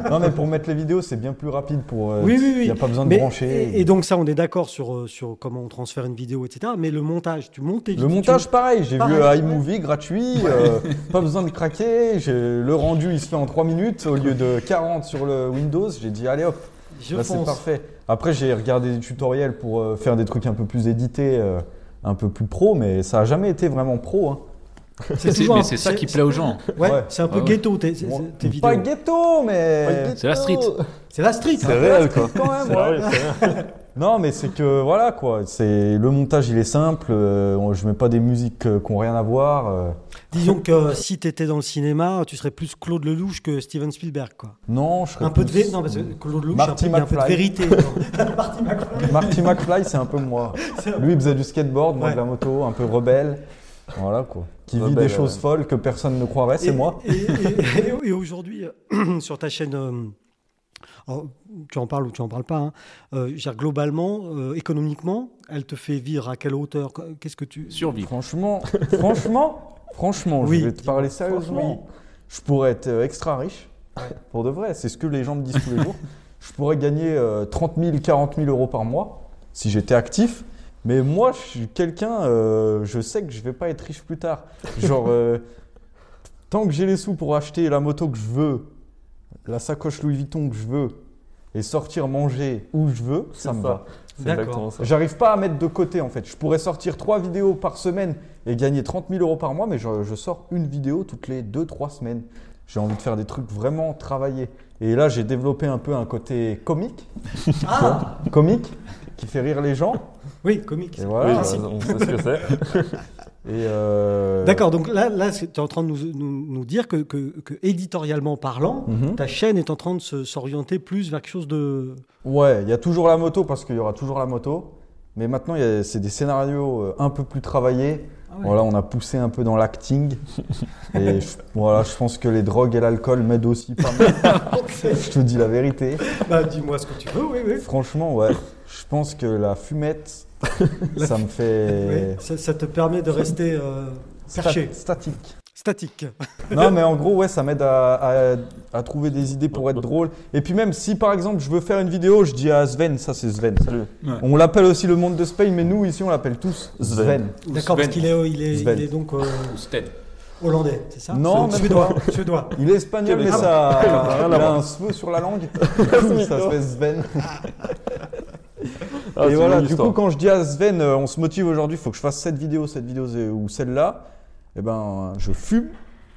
S4: non, mais pour mettre les vidéos, c'est bien plus rapide. Pour, euh,
S1: Oui, oui, oui.
S4: Y a pas besoin de
S1: Mais-
S4: brancher.
S1: Et, et donc ça, on est d'accord sur, euh, sur comment on transfère une vidéo, etc. Mais le montage, tu montes tes
S4: le
S1: vidéos, tu-
S4: montage, pareil. J'ai
S1: Pareil.
S4: vu iMovie gratuit, euh, pas besoin de craquer. j'ai- le rendu, il se fait en 3 minutes au lieu de 40 sur le Windows. J'ai dit, allez hop,
S1: Je
S4: Là, c'est
S1: pense.
S4: parfait. Après, j'ai regardé des tutoriels pour euh, faire des trucs un peu plus édités, euh, un peu plus pro, mais ça a jamais été vraiment pro. hein.
S1: C'est
S3: C'est-
S1: toujours
S3: mais
S1: un-
S3: c'est ça qui plaît aux gens.
S1: Ouais,
S4: Ouais.
S1: c'est un peu
S3: Ah ouais.
S1: ghetto tes, tes-
S4: Bon,
S1: tes vidéos.
S4: Pas ghetto, mais.
S3: C'est la street.
S1: C'est la street. hein.
S2: C'est réel, quoi.
S4: Quand même,
S2: C'est
S4: ouais.
S2: réel, c'est réel.
S4: Non, mais c'est que voilà quoi. C'est le montage, il est simple. euh, on- je mets pas des musiques euh, qui n'ont rien à voir. euh.
S1: Disons que euh, si tu étais dans le cinéma, tu serais plus Claude Lelouch que Steven Spielberg. Quoi.
S4: Non, je serais
S1: Un peu de
S4: plus-
S1: vérité. Non, parce que Claude Lelouch,
S4: Marty
S1: un peu- il y a un peu de
S4: McFly.
S1: vérité. dans- Marty McFly.
S4: Marty McFly, c'est un peu moi. Lui, il faisait du skateboard, moi
S1: Ouais.
S4: de la moto, un peu rebelle. Voilà quoi. Qui vit
S2: Rebelle,
S4: des choses
S2: ouais.
S4: folles que personne ne croirait, c'est
S1: Et-
S4: moi.
S1: Et, et- et- et aujourd'hui, euh, sur ta chaîne, euh, alors, tu en parles ou tu en parles pas, hein, euh, je veux dire, globalement, euh, économiquement, elle te fait vivre à quelle hauteur Qu'est-ce que tu.
S3: Survivre.
S4: Franchement, franchement, franchement,
S1: Oui.
S4: je vais te parler sérieusement. Je pourrais être euh, extra riche, pour de vrai. C'est ce que les gens me disent tous les jours. Je pourrais gagner euh, 30 000, 40 000 euros par mois si j'étais actif. Mais moi, je suis quelqu'un, euh, je sais que je vais pas être riche plus tard. Genre, euh, tant que j'ai les sous pour acheter la moto que je veux, la sacoche Louis Vuitton que je veux, et sortir manger où je veux, ça me
S2: ça.
S4: va.
S2: C'est
S1: D'accord.
S2: exactement ça.
S4: J'arrive pas à mettre de côté en fait. Je pourrais sortir trois vidéos par semaine et gagner 30 000 euros par mois, mais je, je sors une vidéo toutes les 2-3 semaines. J'ai envie de faire des trucs vraiment travaillés. Et là, j'ai développé un peu un côté comique,
S1: Ah
S4: comique, qui fait rire les gens.
S1: Oui, Ah, comique.
S4: Et
S2: Oui,
S4: voilà.
S2: bah, on sait ce que c'est.
S4: Et, euh,
S1: D'accord, donc là, là tu es en train de nous, nous- nous dire que, que- que éditorialement parlant,
S4: Mhm.
S1: ta chaîne est en train de se- s'orienter plus vers quelque chose de.
S4: Ouais, il y a toujours la moto parce qu'il y aura toujours la moto. Mais maintenant, il y a- c'est des scénarios euh, un peu plus travaillés.
S1: Ah
S4: Voilà, on a poussé un peu dans l'acting. et je, voilà, je pense que les drogues et l'alcool m'aident aussi pas mal. je te dis la vérité.
S1: Bah, dis-moi ce que tu veux, oui, oui.
S4: Franchement, ouais. Je pense que la fumette, ça me fait
S1: ça, ça te permet de rester euh,
S4: sta-
S1: perché,
S4: statique.
S1: statique.
S4: Non, mais en gros, ouais, ça m'aide à, à- à trouver des idées pour être drôle. Et puis même si, par exemple, je veux faire une vidéo, je dis à Sven, ça c'est Sven.
S2: Salut.
S4: On l'appelle aussi le monde de Spain, mais nous ici, on l'appelle tous Sven.
S2: Sven.
S1: D'accord, parce
S3: Sven.
S1: qu'il est, il est, il
S4: Sven.
S1: est donc euh,
S3: Ou Stead.
S1: hollandais, c'est ça
S4: Non, même
S1: suédois. suédois.
S4: Il est Ah, espagnol, mais
S2: Québécois.
S4: ça il
S2: rien à
S4: a
S2: voir.
S4: un sveu sur la langue. ça se fait Sven.
S2: Ah,
S4: et
S2: c'est
S4: voilà,
S2: une
S4: du
S2: histoire.
S4: coup, quand je dis à Sven, euh, on se motive aujourd'hui, il faut que je fasse cette vidéo, cette vidéo euh, ou celle-là, eh ben, je fume.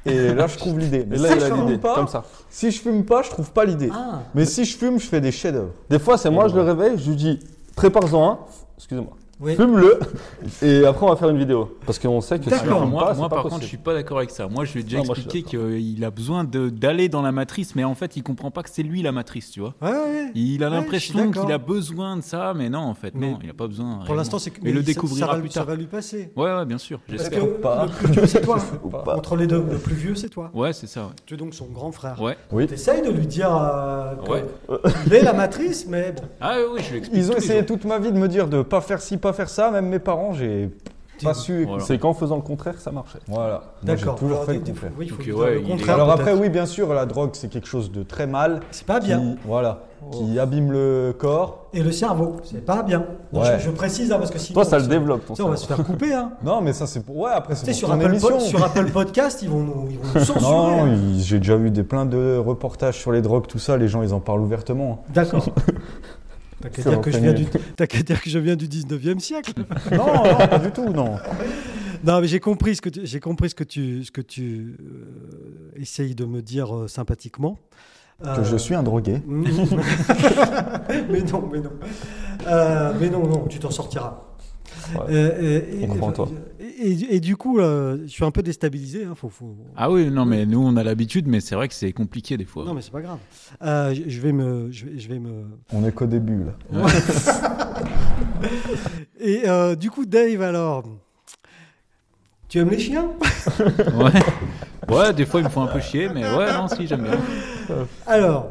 S4: Et là, je trouve l'idée. Mais
S2: Et là,
S4: si
S2: il
S4: je
S2: a
S4: fume
S2: l'idée,
S4: pas-
S2: comme ça.
S4: Si je fume pas, je trouve pas l'idée.
S1: Ah,
S4: Mais si je fume, je fais des chefs-d'œuvre.
S2: Des fois, c'est moi, je le réveille, je lui dis, prépare-en un, excusez-moi,
S1: oui.
S2: fume-le, et après, on va faire une vidéo. Parce qu'on sait que si
S1: D'accord.
S2: on fume
S3: moi,
S2: pas, c'est
S3: moi,
S2: pas
S3: par
S2: possible.
S3: contre, je suis pas d'accord avec ça. Moi, je lui ai déjà
S2: Non, moi, je suis
S3: expliqué qu'il a besoin de- d'aller dans la matrice, mais en fait, il comprend pas que c'est lui la matrice, tu vois.
S1: Ouais, ouais.
S3: Il a
S1: Ouais, je
S3: l'impression
S1: suis d'accord.
S3: qu'il a besoin de ça, mais non, en fait,
S1: Mais
S3: non, il a pas besoin.
S1: Pour
S3: réellement.
S1: l'instant, c'est que.
S3: Mais le
S1: ça-
S3: découvrira
S1: ça va,
S3: plus
S1: Ça
S3: tard.
S1: va lui passer.
S3: Ouais, ouais, bien sûr,
S1: Parce que
S3: j'espère.
S1: le plus vieux, c'est toi.
S2: pas.
S1: Entre les deux, le plus vieux, c'est toi.
S3: Ouais, c'est ça. ouais.
S1: Tu es donc son grand frère.
S3: Ouais.
S1: T'essayes de lui dire euh, que
S3: Ouais.
S1: il est la matrice, mais bon,
S3: Ah oui, je lui explique.
S4: Ils ont
S3: tous les
S4: essayé
S3: jours.
S4: toute ma vie de me dire de pas faire ci, pas faire ça. Même mes parents, j'ai pas su.
S3: Voilà.
S2: C'est qu'en faisant le contraire, que ça marchait.
S4: Voilà. Moi, j'ai
S1: d'accord.
S4: toujours
S1: Alors,
S4: fait
S1: des-
S4: le
S1: des-
S4: contraire.
S1: oui, il faut
S3: Donc,
S1: lui dire
S3: ouais,
S1: le
S3: il est-
S1: contraire,
S4: Alors après,
S1: peut-être.
S4: oui, bien sûr, la drogue, c'est quelque chose de très mal.
S1: C'est pas
S4: Qui,
S1: bien.
S4: voilà. Qui abîme le corps.
S1: Et le cerveau, c'est pas bien. Non,
S4: Ouais.
S1: je, je précise, hein, parce que sinon.
S2: Toi, ça le
S1: on-
S2: développe, ton
S1: ça, on va se
S2: cerveau.
S1: faire couper, hein.
S4: Non, mais ça, c'est pour. Ouais, après, c'est
S1: Tu sais,
S4: pour
S1: sur
S4: ton
S1: Apple, Pod-
S4: émission.
S1: sur Apple Podcast, ils vont nous, ils vont nous censurer.
S4: Non,
S1: hein.
S4: il- j'ai déjà vu des, plein de reportages sur les drogues, tout ça. Les gens, ils en parlent ouvertement.
S1: D'accord. T'as qu'à
S4: Ça
S1: dire,
S4: va
S1: que je
S4: faire
S1: viens
S4: mieux.
S1: du- t'as qu'à dire que je viens du 19e siècle.
S4: non, non, pas du tout, non.
S1: Non, mais j'ai compris ce que tu, j'ai compris ce que tu, ce que tu euh, essayes de me dire euh, sympathiquement.
S4: Que
S1: Euh,
S4: je suis un drogué.
S1: Mm, mm. mais non, mais non. Euh, mais non, non, tu t'en sortiras.
S2: Ouais.
S1: Euh, et-
S2: On
S1: et-
S2: croit en toi.
S1: Et, et- et du coup, euh, je suis un peu déstabilisé. hein, faut, faut-
S3: Ah oui, non, mais nous, on a l'habitude, mais c'est vrai que c'est compliqué des fois.
S1: Non, mais c'est pas grave. Euh, je je vais me, je vais, je vais me.
S4: On est qu'au début, là.
S1: Et euh, du coup, Dave, alors, tu aimes les chiens
S3: Ouais. ouais, des fois, ils me font un peu chier, mais ouais, non, si, j'aime bien.
S1: Alors,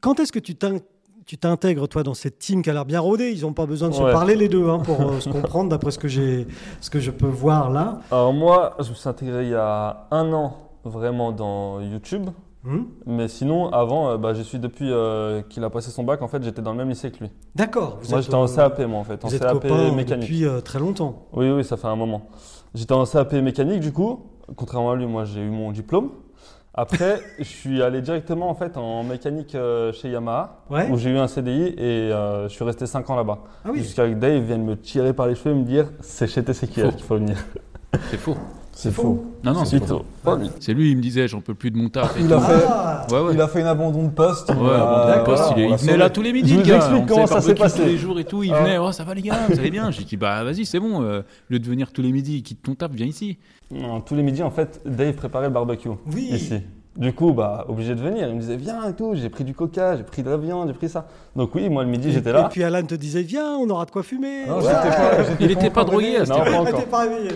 S1: quand est-ce que tu t'in- tu t'intègres, toi, dans cette team qui a l'air bien rodée Ils n'ont pas besoin de se
S2: Ouais.
S1: parler, les deux, hein, pour euh, se comprendre, d'après ce, que j'ai- ce que je peux voir là.
S2: Alors moi, je me suis intégré il y a un an, vraiment, dans YouTube.
S1: Hmm
S2: Mais sinon, avant, euh, bah, je suis depuis euh, qu'il a passé son bac, en fait, j'étais dans le même lycée que lui.
S1: D'accord. vous
S2: moi,
S1: êtes,
S2: j'étais en
S1: euh,
S2: CAP, moi, en fait, en
S1: Vous êtes
S2: CAP
S1: copains
S2: mécanique.
S1: depuis euh, très longtemps.
S2: Oui, oui, ça fait un moment. J'étais en CAP mécanique, du coup. Contrairement à lui, moi, j'ai eu mon diplôme. Après, je suis allé directement, en fait, en mécanique euh, chez Yamaha,
S1: Ouais.
S2: où j'ai eu un CDI et euh, je suis resté 5 ans là-bas.
S1: Ah oui.
S2: Jusqu'à que Dave vienne me tirer par les cheveux et me dire « C'est chez TCQR qu'il faut venir
S3: C'est faux. ».
S4: C'est faux.
S3: Non, non, c'est
S2: Vito.
S3: C'est lui, il me disait, j'en peux plus de mon taf. et
S4: Il a
S3: tout.
S4: fait-
S1: Ah
S3: Ouais, ouais.
S4: Il a fait une abandon de poste.
S3: Ouais, bon,
S4: Euh,
S3: le poste,
S4: voilà,
S3: il,
S4: on
S3: est- il
S4: l'a
S3: venait
S4: sauvé.
S3: là tous les midis,
S4: Je vous
S3: le gars.
S4: explique
S3: On
S4: comment
S3: faisait
S4: ça s'est
S3: barbecue
S4: passé.
S3: Tous les jours et tout, il
S4: Ah.
S3: venait, oh, ça va les gars, vous allez bien. J'ai dit, bah vas-y, c'est bon, euh, au lieu de venir tous les midis, quitte ton taf, viens ici.
S2: Non, tous les midis, en fait, Dave préparait le barbecue
S1: Oui.
S2: ici. Du coup, bah, obligé de venir. Il me disait, viens et tout. J'ai pris du coca, j'ai pris de la viande, j'ai pris ça. Donc, oui, moi, le midi, j'étais
S1: Et
S2: là. Ah,
S1: puis Alan te disait, viens, on aura de quoi fumer.
S4: Non,
S1: Ouais.
S4: j'étais pas- j'étais
S3: Il était pas
S4: encore
S3: drogué
S4: réveillé.
S3: à cette
S2: Non, pas
S1: Ah,
S2: encore.
S1: t'es pas réveillé.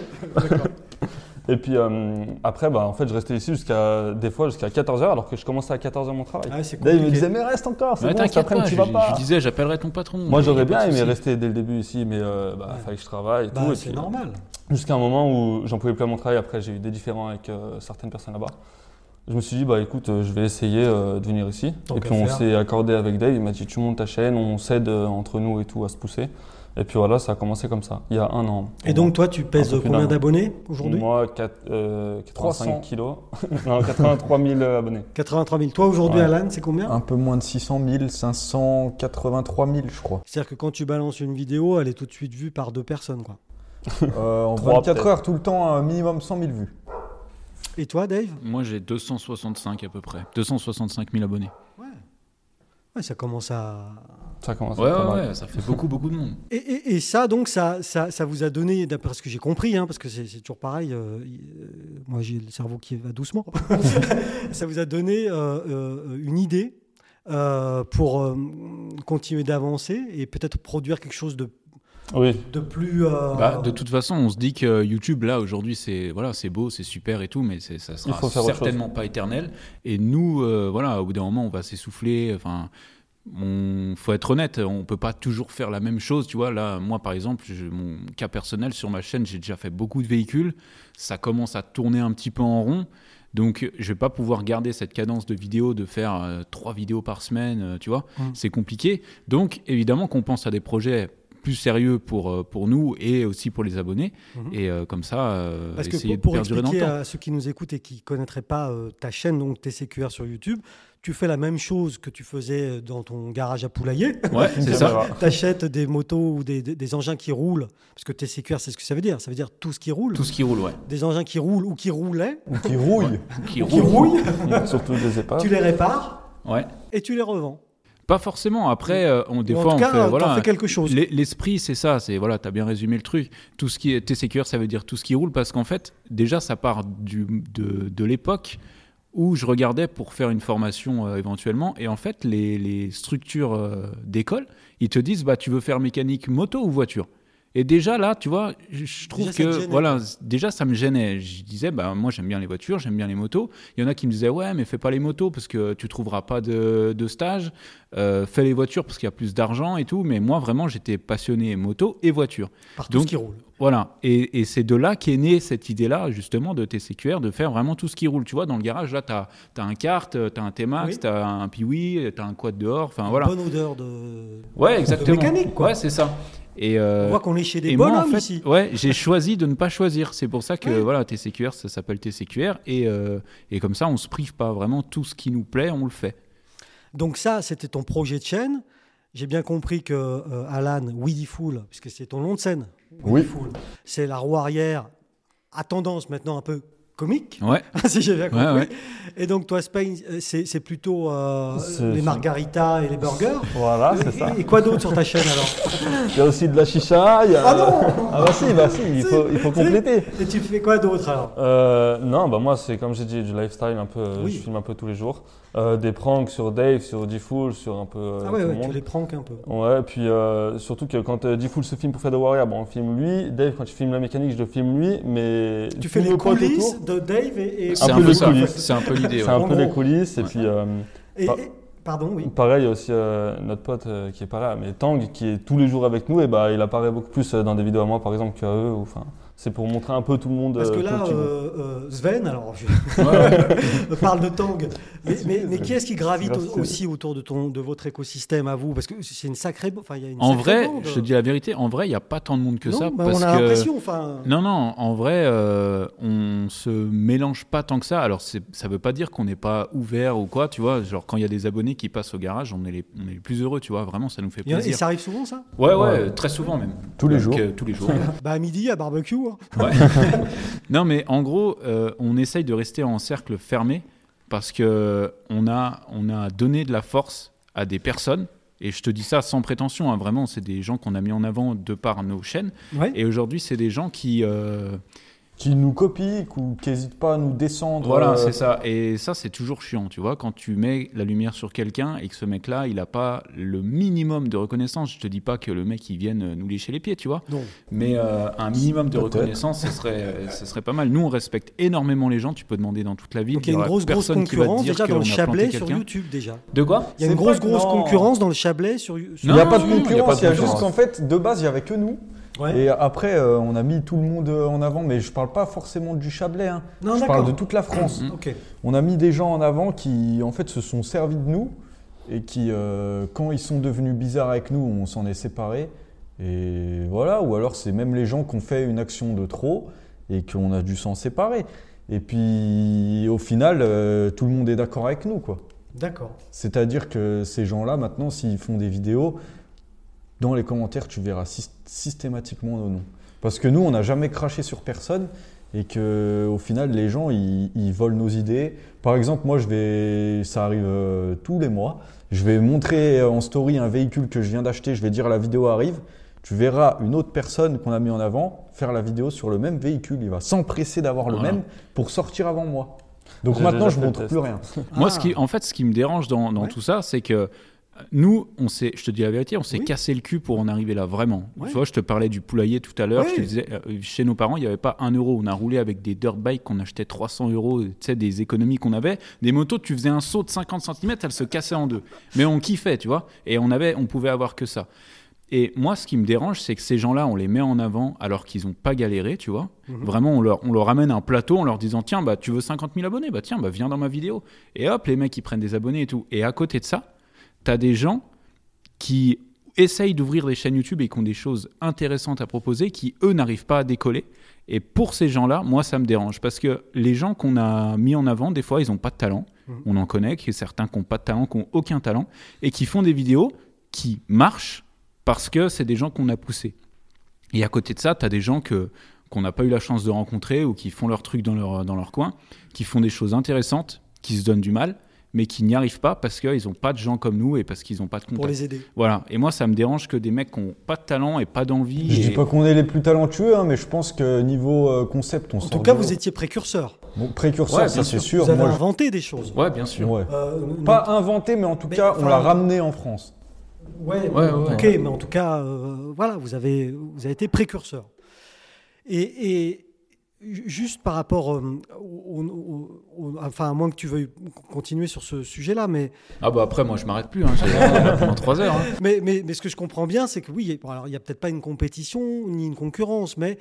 S2: Et puis, euh, après, bah, en fait, je restais ici jusqu'à, des fois, jusqu'à 14h, alors que je commençais à 14h mon travail.
S1: Ah, c'est
S2: Dave il me
S1: compliqué.
S2: disait, mais reste encore, c'est
S3: Ouais,
S2: bon, cet
S3: t'inquiète
S2: après-midi,
S3: pas,
S2: tu
S3: je,
S2: vas
S3: je-
S2: pas.
S3: je disais, j'appellerai ton patron.
S2: Moi,
S3: Y
S2: j'aurais
S3: a pas
S2: bien
S3: de
S2: aimé
S3: souci.
S2: rester dès le début ici, mais euh, bah, fallait que je travaille et tout.
S1: Bah,
S2: et
S1: c'est
S2: puis,
S1: normal.
S2: Jusqu'à un moment où j'en pouvais plus à mon travail. Après, j'ai eu des différends avec euh, certaines personnes là-bas. Je me suis dit, bah écoute, euh, je vais essayer euh, de venir ici.
S1: Tant
S2: et
S1: qu'à
S2: puis on
S1: faire.
S2: s'est accordé avec Dave. Il m'a dit, tu montes ta chaîne, on s'aide euh, entre nous et tout à se pousser. Et puis voilà, ça a commencé comme ça, il y a un an.
S1: Et donc, toi, tu pèses
S2: Un peu plus
S1: combien
S2: d'un.
S1: d'abonnés aujourd'hui
S2: Moi, quatre- euh, 85
S4: 300.
S2: kilos. non, 83 000 abonnés.
S1: 83 000. Toi, aujourd'hui,
S2: Ouais.
S1: Alan, c'est combien
S4: Un peu moins de 600 000, 583 000, je crois.
S1: C'est-à-dire que quand tu balances une vidéo, elle est tout de suite vue par deux personnes. Quoi.
S4: Euh, en
S2: Trois,
S4: 24
S2: peut-être.
S4: heures, tout le temps, un minimum 100 000 vues.
S1: Et toi, Dave
S3: Moi, j'ai 265 à peu près, 265 000 abonnés.
S1: ouais, Ça commence à.
S2: Ça commence à
S3: Ouais, ouais,
S2: être pas mal.
S3: ouais, ça fait beaucoup, beaucoup de monde.
S1: Et, et- et ça, donc, ça, ça, ça vous a donné, d'après ce que j'ai compris, hein, parce que c'est c'est toujours pareil, euh, y- euh, moi j'ai le cerveau qui va doucement, ça vous a donné euh, euh, une idée euh, pour euh, continuer d'avancer et peut-être produire quelque chose de,
S2: Oui,
S1: de plus.
S2: Ah.
S1: euh,
S3: Bah, de toute façon, on se dit que YouTube, là, aujourd'hui, c'est voilà, c'est beau, c'est super et tout, mais c'est- ça
S2: Il faut
S3: sera
S2: faire autre
S3: certainement pas éternel. Et nous, euh, voilà, au bout d'un moment, on va s'essouffler. Enfin, on faut être honnête, on peut pas toujours faire la même chose. Tu vois, là, moi, par exemple, je- mon cas personnel sur ma chaîne, j'ai déjà fait beaucoup de véhicules. Ça commence à tourner un petit peu en rond. Donc, je vais pas pouvoir garder cette cadence de vidéos, de faire euh, trois vidéos par semaine, euh, tu vois.
S1: Mm.
S3: C'est compliqué. Donc, évidemment qu'on pense à des projets plus sérieux pour, euh, pour nous et aussi pour les abonnés.
S1: Mhm.
S3: Et euh, comme ça, euh,
S1: Parce que
S3: essayer
S1: pour, pour
S3: de perdurer dans le
S1: expliquer
S3: temps.
S1: à ceux qui nous écoutent et qui ne connaîtraient pas euh, ta chaîne, donc TCQR sur YouTube, tu fais la même chose que tu faisais euh, dans ton garage à poulailler.
S3: Ouais, c'est ça.
S1: T'achètes des motos ou des, des- des engins qui roulent, parce que TCQR, c'est ce que ça veut dire. Ça veut dire tout ce qui roule.
S3: Tout ce qui roule, ouais.
S1: Des engins qui roulent ou qui roulaient,
S4: Ou qui rouille.
S3: Qui
S1: ou qui
S3: roule.
S1: rouillent,
S2: Surtout des épaves.
S1: tu les répares
S3: Ouais.
S1: et tu les revends.
S3: Pas forcément. Après, euh, on, des
S1: Ou en
S3: fois,
S1: tout
S3: on
S1: cas,
S3: fait,
S1: euh, t'en
S3: voilà,
S1: fais quelque chose.
S3: l'e- L'esprit, c'est ça. C'est voilà, t'as bien résumé le truc. Tout ce qui est TCQR, ça veut dire tout ce qui roule, parce qu'en fait, déjà, ça part du, de, de l'époque où je regardais pour faire une formation euh, éventuellement, et en fait, les, les structures euh, d'école, ils te disent, bah, tu veux faire mécanique moto ou voiture. Et déjà là, tu vois, je- je trouve
S1: Déjà, ça te
S3: que
S1: gênait.
S3: voilà, c- déjà ça me gênait. Je disais, bah moi j'aime bien les voitures, j'aime bien les motos. Il y en a qui me disaient, ouais, mais fais pas les motos parce que tu trouveras pas de, de stage. Euh, fais les voitures parce qu'il y a plus d'argent et tout. Mais moi vraiment, j'étais passionné moto et voiture.
S1: Par tout
S3: Donc-
S1: ce qui roule.
S3: Voilà. Et, et c'est de là qu'est née cette idée-là, justement, de TCQR, de faire vraiment tout ce qui roule. Tu vois, dans le garage, là, t'as as un kart, euh, t'as un T-Max,
S1: Oui.
S3: t'as un Piwi, t'as un quad dehors. Enfin voilà.
S1: Bonne odeur de.
S3: Ouais, exactement.
S1: mécanique, quoi.
S3: Ouais, c'est ça. Et euh,
S1: On voit qu'on est chez des
S3: et
S1: bonhommes
S3: moi, en fait,
S1: ici.
S3: ouais, j'ai choisi de ne pas choisir. C'est pour ça que
S1: Ouais.
S3: voilà, TCQR, ça s'appelle TCQR, et, euh, et comme ça, on se prive pas vraiment tout ce qui nous plaît, on le fait.
S1: Donc ça, c'était ton projet de chaîne. J'ai bien compris que euh, Alan, Willy Fool, puisque c'est ton nom de scène, Willy
S4: Oui.
S1: Fool, c'est la roue arrière à tendance maintenant un peu comique,
S3: Ouais,
S1: si j'ai bien compris.
S3: ouais, ouais.
S1: Et donc toi, Spain, euh, c'est c'est plutôt euh,
S2: C'est-
S1: les
S2: c'est-
S1: margaritas et les burgers.
S2: Voilà, c'est ça.
S1: Et, et quoi d'autre sur ta chaîne alors
S2: Il y a aussi de la chicha.
S3: Euh.
S2: il Y a...
S1: Ah non
S2: Ah bah si, bah si, il faut, il faut compléter.
S1: Et tu fais quoi d'autre alors
S2: Euh, non, bah moi c'est comme j'ai dit du lifestyle un peu. euh,
S1: Oui.
S2: Je filme un peu tous les jours. Euh, des pranks sur Dave, sur D-Fool, sur un peu euh,
S1: Ah
S2: tout
S1: ouais,
S2: le
S1: ouais tu
S2: monde.
S1: les pranks un peu.
S2: Ouais, puis euh, surtout que quand euh, D-Fool se filme pour faire The Warrior, bon, on filme lui. Dave, quand je filme la mécanique, je le filme lui. Mais
S1: Tu fais
S2: tous
S1: les
S2: nos potes
S1: coulisses
S2: autour,
S1: de Dave et... et-
S3: C'est
S2: peu
S3: un,
S2: les
S3: peu ça.
S2: coulisses.
S3: C'est un peu l'idée.
S2: C'est
S3: ouais.
S2: un
S1: En
S2: peu les
S1: gros.
S2: coulisses. Et puis euh,
S1: et- et- pardon, oui.
S2: pareil, il y a aussi euh, notre pote euh, qui est pas là, mais Tang, qui est tous les jours avec nous, et bah il apparaît beaucoup plus euh, dans des vidéos à moi par exemple qu'à eux. ou, Enfin, c'est pour montrer un peu tout le monde.
S1: Parce que
S2: euh,
S1: là,
S2: tout le petit monde.
S1: euh, euh, Sven, alors je
S3: Ouais, ouais.
S1: parle de Tang, mais, mais, mais qui est-ce qui gravite
S2: Grave,
S1: au- aussi autour de, ton, de votre écosystème à vous Parce que c'est une sacrée... bo- Enfin, il y a une
S3: En
S1: sacrée
S3: vrai,
S1: bande.
S3: je te dis la vérité, en vrai, il n'y a pas tant de monde que
S1: Non,
S3: ça.
S1: bah,
S3: parce
S1: on a
S3: que-
S1: l'impression, enfin...
S3: Non, non, en vrai, euh, on se mélange pas tant que ça. Alors, c'est- ça veut pas dire qu'on n'est pas ouvert ou quoi, tu vois. Genre, quand il y a des abonnés qui passent au garage, on est les, on est les plus heureux, tu vois. Vraiment, ça nous fait
S1: Il y en a-
S3: plaisir.
S1: Et ça arrive souvent, ça
S3: Ouais, ouais,
S4: Ouais.
S3: euh, très souvent même.
S4: Tous les
S3: Donc,
S4: jours.
S3: euh, tous les jours.
S1: Bah, à midi, à barbecue, cours.
S3: Ouais. non, mais en gros, euh, on essaye de rester en cercle fermé parce que on a, on a donné de la force à des personnes. Et je te dis ça sans prétention, hein, vraiment, c'est des gens qu'on a mis en avant de par nos chaînes.
S1: Ouais.
S3: Et aujourd'hui, c'est des gens qui. euh,
S4: Qui nous copient ou qui n'hésitent pas à nous descendre.
S3: Voilà,
S4: euh,
S3: c'est ça. Et ça, c'est toujours chiant, tu vois. Quand tu mets la lumière sur quelqu'un et que ce mec-là, il n'a pas le minimum de reconnaissance, je te dis pas que le mec, il vienne nous lécher les pieds, tu vois.
S1: Non.
S3: Mais euh, un minimum de
S4: Peut-être.
S3: reconnaissance, ce serait, euh, ce serait pas mal. Nous, on respecte énormément les gens. Tu peux demander dans toute la ville.
S1: Donc il y a une
S3: aura
S1: grosse, grosse
S3: personne qui va te
S1: concurrence
S3: dire
S1: déjà dans
S3: qu'on
S1: le
S3: a planté
S1: Chablais sur
S3: quelqu'un.
S1: YouTube déjà.
S3: De quoi
S1: Il y a une
S4: C'est
S1: grosse,
S4: pas que
S1: grosse
S4: non.
S1: concurrence dans le Chablais sur
S4: Il n'y a
S3: Non,
S4: pas de
S3: oui, oui, il y a
S4: concurrence,
S2: pas
S4: il
S2: de
S4: y a
S2: concurrence.
S4: juste qu'en fait, de base, il n'y avait que nous.
S1: Ouais.
S4: Et après, euh, on a mis tout le monde euh, en avant, mais je parle pas forcément du Chablais. hein.
S1: Non,
S4: je
S1: d'accord.
S4: parle de toute la France.
S3: Mhm.
S1: Ok.
S4: On a mis des gens en avant qui, en fait, se sont servis de nous et qui, euh, quand ils sont devenus bizarres avec nous, on s'en est séparés. Et voilà, ou alors c'est même les gens qui ont fait une action de trop et qu'on a dû s'en séparer. Et puis, au final, euh, tout le monde est d'accord avec nous, quoi.
S1: D'accord.
S4: C'est-à-dire que ces gens-là, maintenant, s'ils font des vidéos, dans les commentaires, tu verras syst- systématiquement nos noms. Parce que nous, on n'a jamais craché sur personne et que, au final, les gens, ils, ils volent nos idées. Par exemple, moi, je vais, ça arrive euh, tous les mois, je vais montrer en story un véhicule que je viens d'acheter, je vais dire la vidéo arrive. Tu verras une autre personne qu'on a mis en avant faire la vidéo sur le même véhicule. Il va s'empresser d'avoir le
S3: Voilà.
S4: même pour sortir avant moi. Donc
S2: J'ai
S4: maintenant,
S2: déjà
S4: je
S2: fait
S4: ne
S2: le
S4: montre
S2: test.
S4: plus rien.
S3: Moi,
S1: Ah.
S3: ce qui, en fait, ce qui me dérange dans, dans
S1: Ouais.
S3: tout ça, c'est que euh, nous, on s'est, je te dis la vérité, on s'est
S1: Oui.
S3: cassé le cul pour en arriver là, vraiment.
S1: Ouais.
S3: Tu vois, je te parlais du poulailler tout à l'heure.
S1: Ouais.
S3: Je te disais, euh, chez nos parents, il n'y avait pas un euro. On a roulé avec des dirt bikes qu'on achetait 300 euros, tu sais, des économies qu'on avait. Des motos, tu faisais un saut de 50 cm, elles se cassaient en deux. Mais on kiffait, tu vois. Et on avait, on pouvait avoir que ça. Et moi, ce qui me dérange, c'est que ces gens-là, on les met en avant alors qu'ils n'ont pas galéré, tu vois.
S1: Mhm.
S3: Vraiment, on leur, on leur amène un plateau en leur disant Tiens, bah, tu veux 50 000 abonnés Bah, tiens, bah, viens dans ma vidéo. Et hop, les mecs, ils prennent des abonnés et tout. Et à côté de ça, tu as des gens qui essayent d'ouvrir des chaînes YouTube et qui ont des choses intéressantes à proposer, qui, eux, n'arrivent pas à décoller. Et pour ces gens-là, moi, ça me dérange parce que les gens qu'on a mis en avant, des fois, ils n'ont pas de talent.
S1: Mhm.
S3: On en connaît, qui certains qui n'ont pas de talent, qui n'ont aucun talent, et qui font des vidéos qui marchent parce que c'est des gens qu'on a poussés. Et à côté de ça, tu as des gens que qu'on n'a pas eu la chance de rencontrer ou qui font leur truc dans leur, dans leur coin, qui font des choses intéressantes, qui se donnent du mal, mais qui n'y arrivent pas parce qu'ils n'ont pas de gens comme nous et parce qu'ils n'ont pas de
S1: Pour
S3: contacts.
S1: les aider.
S3: Voilà. Et moi, ça me dérange que des mecs qui n'ont pas de talent et pas d'envie.
S4: Je
S3: et-
S4: dis pas qu'on est les plus talentueux, hein, mais je pense que niveau euh, concept, on
S1: En
S4: sort
S1: tout cas,
S4: du lot.
S1: vous étiez précurseur.
S4: Bon, précurseur,
S3: Ouais,
S4: ça
S3: bien
S4: c'est sûr.
S1: Vous avez
S4: Moi,
S1: inventé des choses.
S3: Ouais, bien
S4: je-
S3: sûr.
S4: ouais.
S1: Euh,
S4: Pas inventé, mais en tout
S1: Mais,
S4: cas, on
S1: enfin,
S4: l'a ramené en France.
S1: Ouais,
S3: Ouais, ouais,
S1: ok,
S3: ouais.
S1: mais en tout cas, euh, voilà, vous avez, vous avez été précurseur. Et, et ju- juste par rapport, euh, au- au- au- enfin, à moins que tu veuilles continuer sur ce sujet-là, mais,
S3: Ah bah après, moi, je m'arrête plus. Hein. J'ai- j'ai pendant trois heures. hein.
S1: mais, mais, mais ce que je comprends bien, c'est que oui, bon, alors, il n'y a peut-être pas une compétition ni une concurrence, mais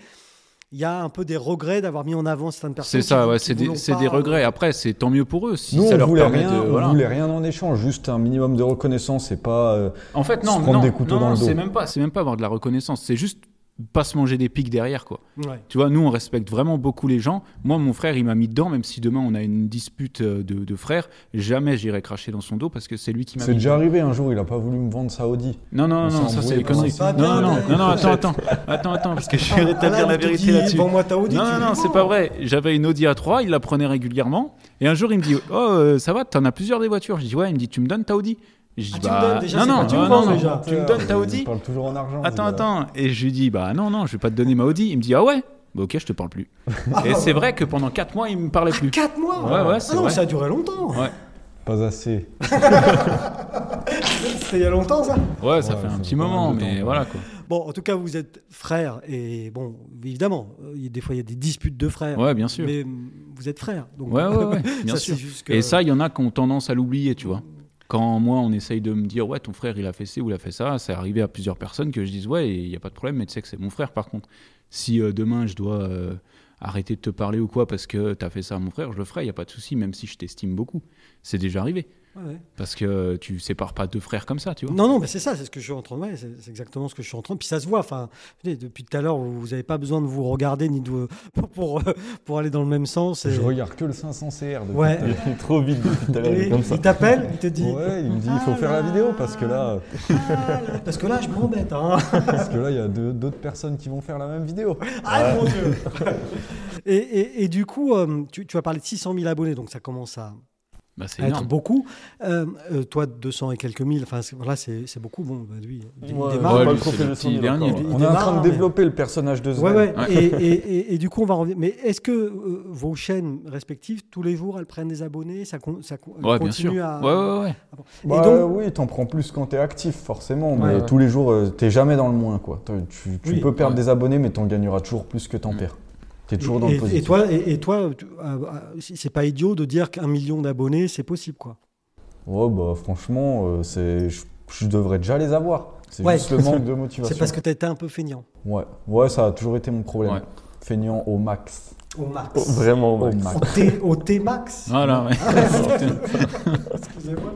S1: il y a un peu des regrets d'avoir mis en avant certaines personnes.
S3: C'est ça,
S1: qui-
S3: ouais,
S1: qui
S3: c'est des,
S1: voulont
S3: c'est
S1: pas-
S3: des regrets. Après, c'est tant mieux pour eux si
S4: Nous,
S3: ça
S4: on
S3: leur
S4: voulait
S3: permet
S4: rien,
S3: de.
S4: on
S3: voilà.
S4: voulait rien en échange, juste un minimum de reconnaissance et pas. euh,
S3: En fait,
S4: Se
S3: non,
S4: prendre
S3: non,
S4: des couteaux
S3: non,
S4: dans le
S3: c'est
S4: dos.
S3: même pas, c'est même pas avoir de la reconnaissance. C'est juste pas se manger des pics derrière, quoi.
S1: euh, Ouais.
S3: Tu vois, nous, on respecte vraiment beaucoup les gens. Moi, mon frère, il m'a mis dedans, même si demain on a une dispute euh, de, de frères, jamais j'irai cracher dans son dos parce que c'est lui qui m'a mis
S4: C'est déjà arrivé un jour, il a pas voulu me vendre sa Audi.
S3: Non, non,
S4: On
S3: non, non,
S4: s'est
S3: ça, c'est
S4: embrouillé
S3: des conneries.
S1: pendant cinq
S3: Non, non,
S1: minutes.
S3: non, non, attends, attends, attends, attends, parce que je vais
S1: Ah là,
S3: rétablir la
S1: il te
S3: vérité
S1: dit,
S3: là-dessus.
S1: Vends-moi ta Audi.
S3: Non,
S1: tu
S3: non,
S1: lui
S3: non,
S1: dis,
S3: c'est
S1: bon.
S3: pas vrai. J'avais une Audi A3, il la prenait régulièrement. Et un jour, il me dit Oh, euh, ça va, t'en as plusieurs des voitures. Je dis Ouais, il me dit Tu me donnes ta Audi Je dis
S1: Ah, tu me
S3: Bah,
S1: donnes déjà,
S3: non,
S1: c'est
S3: non,
S1: pas tu me
S3: non,
S1: vends
S3: non,
S1: déjà.
S3: tu me donnes ta
S4: Euh, Il
S3: Audi
S4: parle toujours en argent.
S3: Attends,
S4: ce gars-là.
S3: attends. Et je lui dis Bah, non, non, je vais pas te donner ma Audi. Il me dit Ah ouais Bah, ok, je te parle plus. Et c'est vrai que pendant 4 mois, il me parlait plus.
S1: Ah, Quatre mois.
S3: Ouais, ouais,
S1: Ah
S3: c'est
S1: non,
S3: vrai.
S1: ça a duré longtemps.
S3: Ouais,
S4: Pas assez.
S1: C'était il y a longtemps, ça.
S3: ouais, ça
S4: Ouais,
S3: fait
S4: ça
S3: un petit
S4: fait pas mal
S3: moment,
S4: de temps,
S3: mais
S4: ouais.
S3: voilà quoi.
S1: Bon, en tout cas, vous êtes frères et bon, évidemment, euh, il y a- des fois il y a des disputes de frères.
S3: Ouais, bien sûr.
S1: Mais mm, vous êtes frères. Donc,
S3: Ouais, ouais, ouais, bien
S1: ça,
S3: sûr.
S1: c'est juste que-
S3: Et ça, il y en a qui ont tendance à l'oublier, tu vois. Quand moi, on essaye de me dire, ouais, ton frère, il a fait ci ou il a fait ça, c'est arrivé à plusieurs personnes que je dise, ouais, il n'y a pas de problème, mais tu sais que c'est mon frère, par contre. Si euh, demain, je dois euh, arrêter de te parler ou quoi parce que tu as fait ça à mon frère, je le ferai, il n'y a pas de souci, même si je t'estime beaucoup. C'est déjà arrivé.
S1: ouais.
S3: Parce que euh, tu sépares pas deux frères comme ça, tu vois.
S1: Non, non, mais c'est ça, c'est ce que je suis en train de ouais, c'est c'est exactement ce que je suis en train de. Puis ça se voit, enfin, vous savez, depuis tout à l'heure, vous n'avez pas besoin de vous regarder ni de pour pour, euh, pour aller dans le même sens. et-
S4: Je regarde que le 500 CR. depuis
S1: Ouais.
S4: tout à
S2: Il
S4: l'heure.
S2: est trop vite depuis tout à l'heure, il
S1: Et
S2: est comme ça.
S1: il t'appelle, il te dit.
S4: Ouais, il me dit il
S3: Ah,
S4: faut faire la vidéo parce que là,
S1: Ah, là, parce que là, je m'embête. Hein.
S4: parce que là, il y a deux- d'autres personnes qui vont faire la même vidéo.
S1: Ah mon dieu. et, et- et du coup, euh, tu, tu as parlé de 600 000 abonnés, donc ça commence à,
S3: Bah, c'est
S1: à être
S3: énorme.
S1: beaucoup. Euh, euh, toi, 200 et quelques mille, enfin c'est- voilà, c'est c'est beaucoup. Bon, bah, lui, il
S2: Ouais,
S1: démarre.
S2: ouais,
S3: Ouais, lui,
S2: pas le
S3: c'est
S2: profil
S3: le
S2: de
S3: petit
S2: son livre
S3: dernier,
S2: encore,
S3: lui.
S2: ouais.
S4: On
S1: démarre,
S4: est en train
S3: hein,
S4: de
S1: mais-
S4: développer le personnage de
S1: Ouais,
S4: Sven.
S1: ouais. Et, et- et- et du coup, on va revenir. Mais est-ce que euh, vos chaînes respectives, tous les jours, elles prennent des abonnés Ça, con- ça con-
S3: Ouais, bien sûr.
S1: continue à.
S3: Ouais, ouais, ouais.
S1: Et
S4: Bah
S1: donc-
S4: oui, t'en prends plus quand t'es actif, forcément,
S1: Ouais,
S4: mais
S2: ouais.
S4: tous les jours, euh, t'es jamais dans le moins, quoi. T'as- Tu, tu
S1: Oui.
S4: peux perdre
S3: Ouais.
S4: des abonnés, mais t'en gagneras toujours plus que t'en
S3: Mm.
S4: perds. T'es
S1: Et-
S4: toujours dans
S1: et,
S4: le positif.
S1: et toi, et, et toi, tu- euh, euh, c'est pas idiot de dire qu'un million d'abonnés, c'est possible, quoi.
S4: Ouais, bah franchement, euh, c'est, je, je devrais déjà les avoir. C'est
S1: Ouais.
S4: juste le manque de motivation.
S1: C'est parce que t'as été un peu feignant.
S4: Ouais, ouais, ça a toujours été mon problème.
S3: Ouais.
S4: Feignant au max.
S1: Au max.
S2: Oh, Vraiment,
S4: Au
S2: ouais.
S4: max.
S1: Au T- au T max.
S3: Voilà, ouais.
S1: Excusez-moi.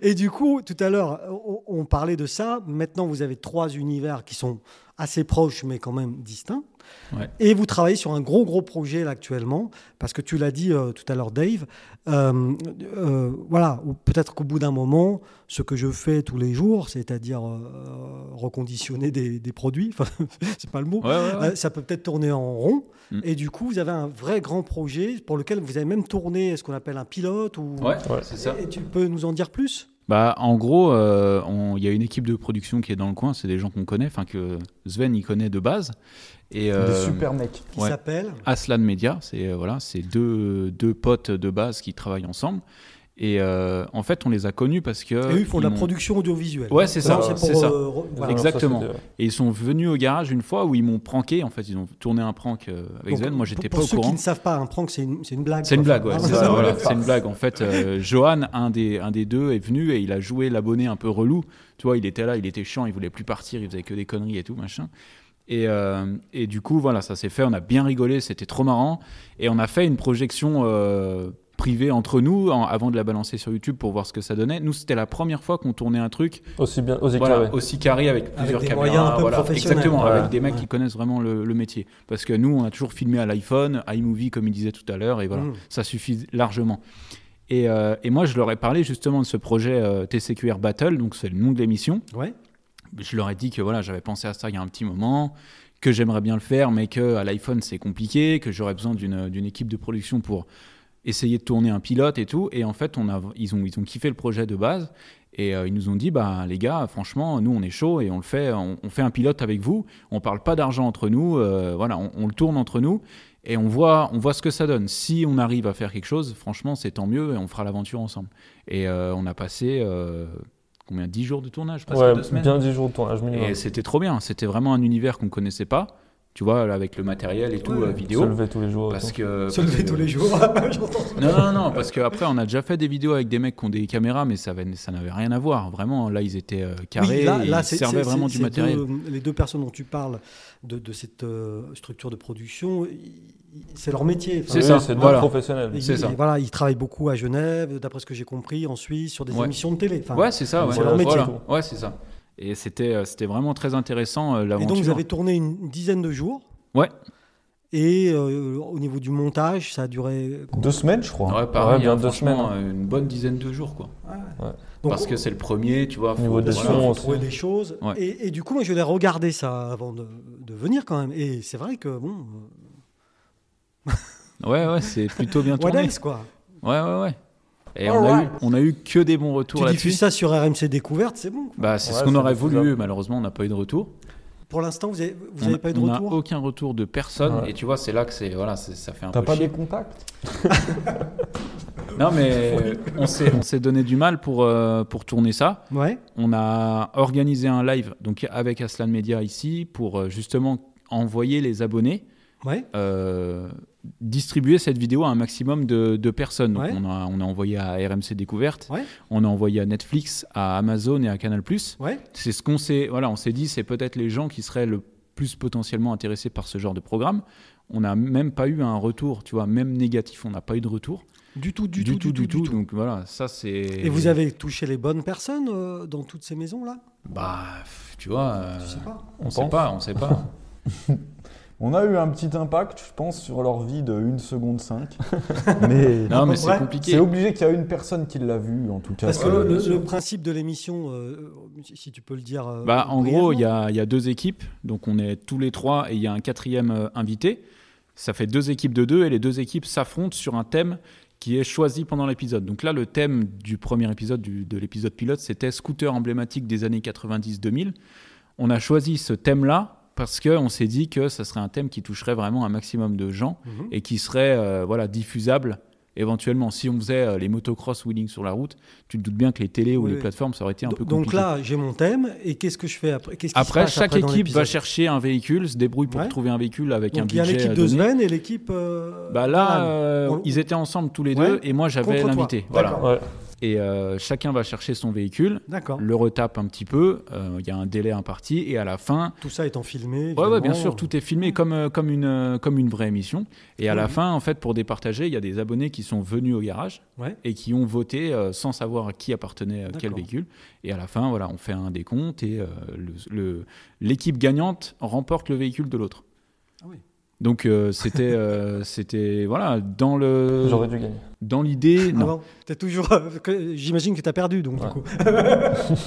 S1: Et du coup, tout à l'heure, on, on parlait de ça. Maintenant, vous avez trois univers qui sont assez proches, mais quand même distincts.
S3: Ouais.
S1: Et vous travaillez sur un gros, gros projet là, actuellement, parce que tu l'as dit euh, tout à l'heure, Dave. Euh, euh, voilà, ou peut-être qu'au bout d'un moment, ce que je fais tous les jours, c'est-à-dire euh, reconditionner des, des produits, enfin, c'est pas le mot,
S3: Ouais, ouais, ouais.
S1: euh, ça peut peut-être tourner en rond.
S3: Mm.
S1: Et du coup, vous avez un vrai grand projet pour lequel vous avez même tourné ce qu'on appelle un pilote. Ou...
S3: Ouais, c'est ça.
S1: Et tu peux nous en dire plus
S3: Bah, en gros, euh, on- il y a une équipe de production qui est dans le coin, c'est des gens qu'on connaît, enfin que Sven il connaît de base. Et,
S4: Des
S3: euh,
S4: super mecs.
S1: Qui
S3: Ouais.
S1: s'appelle
S3: Aslan Media, c'est euh, voilà, c'est deux, deux potes de base qui travaillent ensemble. Et euh, en fait, on les a connus parce que
S1: Et eux, ils font de la
S3: m'ont-
S1: production audiovisuelle.
S3: Euh, mm. Ouais, c'est ça,
S1: Non,
S3: c'est
S1: pour,
S3: ça.
S1: euh, re- voilà.
S2: Alors, ça,
S3: Exactement.
S2: c'était, ouais.
S3: Et ils sont venus au garage une fois où ils m'ont pranké. En fait, ils ont tourné un prank euh, avec
S1: Donc,
S3: Sven. Moi, j'étais
S1: pour-
S3: pas
S1: Pour
S3: au
S1: ceux qui
S3: courant.
S1: ne savent pas, un prank, c'est une, c'est une blague.
S3: C'est une
S1: quoi.
S3: blague, ouais,
S1: Ah,
S3: c'est
S1: c'est
S3: ça,
S1: ça,
S3: voilà,
S1: ouais.
S3: c'est une blague. En fait, euh, Johan, un des, un des deux, est venu et il a joué l'abonné un peu relou. Tu vois, il était là, il était chiant, il voulait plus partir, il faisait que des conneries et tout, machin. Et, euh, et du coup, voilà, ça s'est fait, on a bien rigolé, c'était trop marrant. Et on a fait une projection euh, privée entre nous en- avant de la balancer sur YouTube pour voir ce que ça donnait. Nous, c'était la première fois qu'on tournait un truc
S2: Aussi bien, aussi
S3: voilà,
S2: carré.
S3: aussi carré avec plusieurs
S1: des
S3: caméras,
S1: moyens un peu
S3: voilà,
S1: professionnels.
S3: exactement,
S1: Voilà.
S3: avec des mecs
S1: Ouais.
S3: qui connaissent vraiment le, le métier. Parce que nous, on a toujours filmé à l'iPhone, iMovie comme il disait tout à l'heure, et voilà,
S1: Mm.
S3: ça suffit largement. Et, euh, et moi, je leur ai parlé justement de ce projet euh, TCQR Battle, donc c'est le nom de l'émission.
S1: Ouais.
S3: Je leur ai dit que voilà, j'avais pensé à ça il y a un petit moment, que j'aimerais bien le faire, mais que à l'iPhone c'est compliqué, que j'aurais besoin d'une d'une équipe de production pour essayer de tourner un pilote et tout. Et en fait, on a, ils, ont, ils ont kiffé le projet de base. Et euh, ils nous ont dit, bah, les gars, franchement, nous, on est chaud et on le fait, on, on fait un pilote avec vous. On parle pas d'argent entre nous. euh, voilà, on, on le tourne entre nous et on voit, on voit ce que ça donne. Si on arrive à faire quelque chose, franchement, c'est tant mieux et on fera l'aventure ensemble. Et euh, on a passé euh, combien 10 jours de tournage presque
S2: Ouais,
S3: deux semaines.
S2: bien 10 jours de tournage minimum.
S3: Et c'était trop bien. C'était vraiment un univers qu'on connaissait pas. Tu vois, là, avec le matériel et tout,
S1: Ouais.
S3: euh,
S2: Se
S3: vidéo.
S2: lever tous les jours. et
S3: Parce
S2: tout.
S3: que,
S1: Se lever
S3: euh,
S1: tous les jours. J'entends.
S3: non, non, non, parce qu'après, on a déjà fait des vidéos avec des mecs qui ont des caméras, mais ça, avait- ça n'avait rien à voir. Vraiment, là, ils étaient euh, carrés,
S1: Oui, là,
S3: et
S1: là,
S3: ils
S1: c'est-
S3: servaient
S1: c'est-
S3: vraiment
S1: c'est-
S3: du
S1: c'est
S3: matériel.
S1: deux- les deux personnes dont tu parles de, de cette euh, structure de production, i- i- c'est leur métier. Enfin,
S3: C'est
S2: Oui,
S3: ça,
S2: C'est deux
S3: voilà.
S2: professionnels.
S1: et-
S3: c'est
S1: et
S3: ça.
S1: Voilà, ils travaillent beaucoup à Genève, d'après ce que j'ai compris, en Suisse, sur des
S3: Ouais.
S1: émissions de télé. Enfin,
S3: ouais, c'est ça, ouais.
S1: c'est leur métier,
S3: Voilà.
S2: tout.
S3: Ouais, c'est ça. Et c'était, euh, c'était vraiment très intéressant, euh,
S1: Et
S3: l'aventure.
S1: donc, vous avez tourné une dizaine de jours.
S3: Ouais.
S1: Et euh, au niveau du montage, ça a duré.
S4: Deux semaines, je crois.
S3: Ouais, pareil,
S2: Ouais, bien
S3: hein,
S2: deux
S3: franchement, euh, une bonne dizaine de jours, quoi.
S1: Donc,
S3: Parce que c'est le premier, tu vois. faut-
S2: Niveau des
S1: Voilà,
S2: sons,
S1: faut
S2: aussi.
S1: trouver des choses.
S3: Ouais.
S1: Et, et du coup, moi, je l'ai regardé ça avant de, de venir quand même. Et c'est vrai que bon,
S3: Ouais, ouais, c'est plutôt bien
S1: what
S3: tourné.
S1: else, quoi.
S3: Ouais, ouais, ouais. Et on a, eu, on a eu que des bons retours
S1: Tu diffuses
S3: là-dessus.
S1: ça sur RMC Découverte, c'est bon.
S3: Bah, c'est ce
S2: Ouais,
S3: qu'on
S2: c'est
S3: aurait voulu,
S2: diffusable.
S3: malheureusement, on n'a pas eu de retour.
S1: Pour l'instant, vous n'avez vous
S3: On
S1: avez
S3: a-
S1: pas eu de
S3: on a
S1: retour.
S3: aucun retour de personne.
S2: Ouais.
S3: Et tu vois, c'est là que c'est, voilà, c'est- ça fait un
S4: T'as
S3: peu
S4: pas
S3: chier.
S4: des contacts
S3: Non, mais on s'est, on s'est donné du mal pour, euh, pour tourner ça.
S1: Ouais.
S3: On a organisé un live donc avec Aslan Media ici pour euh, justement envoyer les abonnés
S1: Ouais.
S3: euh, distribuer cette vidéo à un maximum de, de personnes. Donc
S1: Ouais.
S3: on, a, on a envoyé à RMC Découverte,
S1: Ouais.
S3: on a envoyé à Netflix, à Amazon et à Canal+.
S1: Ouais.
S3: C'est ce qu'on s'est, voilà, on s'est dit, c'est peut-être les gens qui seraient le plus potentiellement intéressés par ce genre de programme. On n'a même pas eu un retour, tu vois, même négatif, on n'a pas eu de retour.
S1: Du tout,
S3: Du, tout, du, tout. Donc voilà, ça c'est.
S1: Et vous avez touché les bonnes personnes euh, dans toutes ces maisons-là
S3: Bah, pff, tu vois, euh,
S1: Je sais pas.
S3: on sait
S4: pense.
S3: pas, on sait pas.
S4: On a eu un petit impact, je pense, sur leur vie de 1 seconde 5. mais
S3: non, mais c'est
S1: Ouais.
S3: compliqué.
S4: c'est obligé qu'il y a une personne qui l'a vu, en tout cas.
S1: Parce que
S4: Euh,
S1: le, le- le principe de l'émission, euh, si tu peux le dire. euh,
S3: Bah, en gros, il y
S1: brièvement.
S3: a, il y a deux équipes, donc on est tous les trois et il y a un quatrième euh, invité. Ça fait deux équipes de deux et les deux équipes s'affrontent sur un thème qui est choisi pendant l'épisode. Donc là, le thème du premier épisode du- de l'épisode pilote, c'était scooter emblématique des années 90-2000. On a choisi ce thème-là parce qu'on s'est dit que ça serait un thème qui toucherait vraiment un maximum de gens
S1: Mhm.
S3: et qui serait euh, voilà diffusable éventuellement. Si on faisait euh, les motocross wheeling sur la route, tu te doutes bien que les télés ou
S1: Oui,
S3: les
S1: oui.
S3: plateformes, ça aurait été un peu compliqué.
S1: Donc là, j'ai mon thème, et qu'est-ce que je fais après Qu'est-ce qui se
S3: Après,
S1: passe
S3: chaque
S1: après dans
S3: équipe va
S1: l'épisode
S3: chercher un véhicule, se débrouille pour
S1: Ouais.
S3: trouver un véhicule avec un
S1: Donc il y
S3: budget.
S1: a l'équipe de
S3: donné.
S1: Sven et l'équipe. euh,
S3: Bah là,
S1: d'Alan.
S3: euh,
S1: On-
S3: ils étaient ensemble tous les
S1: Ouais.
S3: deux et moi j'avais
S1: Contre toi.
S3: l'invité. Voilà.
S1: D'accord.
S2: Ouais.
S3: Et euh, chacun va chercher son véhicule,
S1: D'accord.
S3: le retape un petit peu. euh, Il y a un délai imparti et à la fin.
S1: Tout ça étant filmé.
S3: Ouais, ouais, bien
S1: évidemment.
S3: sûr, tout est filmé comme, euh, comme, une, euh, comme une vraie émission. Et à la
S1: Mhm.
S3: fin, en fait, pour départager, il y a des abonnés qui sont venus au garage
S1: Ouais.
S3: et qui ont voté euh, sans savoir à qui appartenait euh, quel
S1: D'accord.
S3: véhicule. Et à la fin, voilà, on fait un décompte et euh, le- le- l'équipe gagnante remporte le véhicule de l'autre.
S1: Ah oui.
S3: Donc euh, c'était euh, c'était voilà dans le
S2: J'aurais dû gagner.
S3: dans l'idée
S1: Ah
S3: non.
S1: bon, t'es toujours. euh, que- J'imagine que t'as perdu, donc
S2: Ouais.
S1: du coup.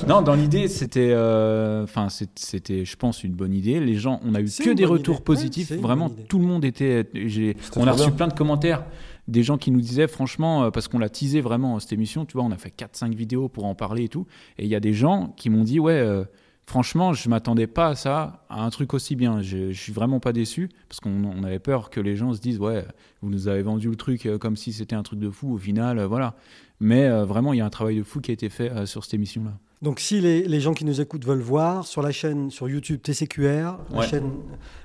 S3: Non, dans l'idée, c'était, euh, enfin, c'est- c'était, je pense, une bonne idée. Les gens, on a eu
S1: C'est
S3: que
S1: une
S3: des
S1: bonne
S3: retours
S1: idée. Ouais,
S3: positifs.
S1: c'est une
S3: Vraiment,
S1: bonne idée.
S3: tout le monde était. j'ai-
S2: C'était
S3: On a
S2: trop
S3: reçu
S2: bien.
S3: plein de commentaires des gens qui nous disaient, franchement, euh, parce qu'on l'a teasé vraiment euh, cette émission. Tu vois, on a fait 4-5 vidéos pour en parler et tout. Et il y a des gens qui m'ont dit, ouais. euh, Franchement, je m'attendais pas à ça, à un truc aussi bien. Je, je suis vraiment pas déçu parce qu'on on avait peur que les gens se disent ouais, vous nous avez vendu le truc euh, comme si c'était un truc de fou. Au final, euh, voilà. Mais euh, vraiment, il y a un travail de fou qui a été fait euh, sur cette émission-là.
S1: Donc si les, les gens qui nous écoutent veulent voir sur la chaîne, sur YouTube TCQR, la
S3: Ouais.
S1: chaîne,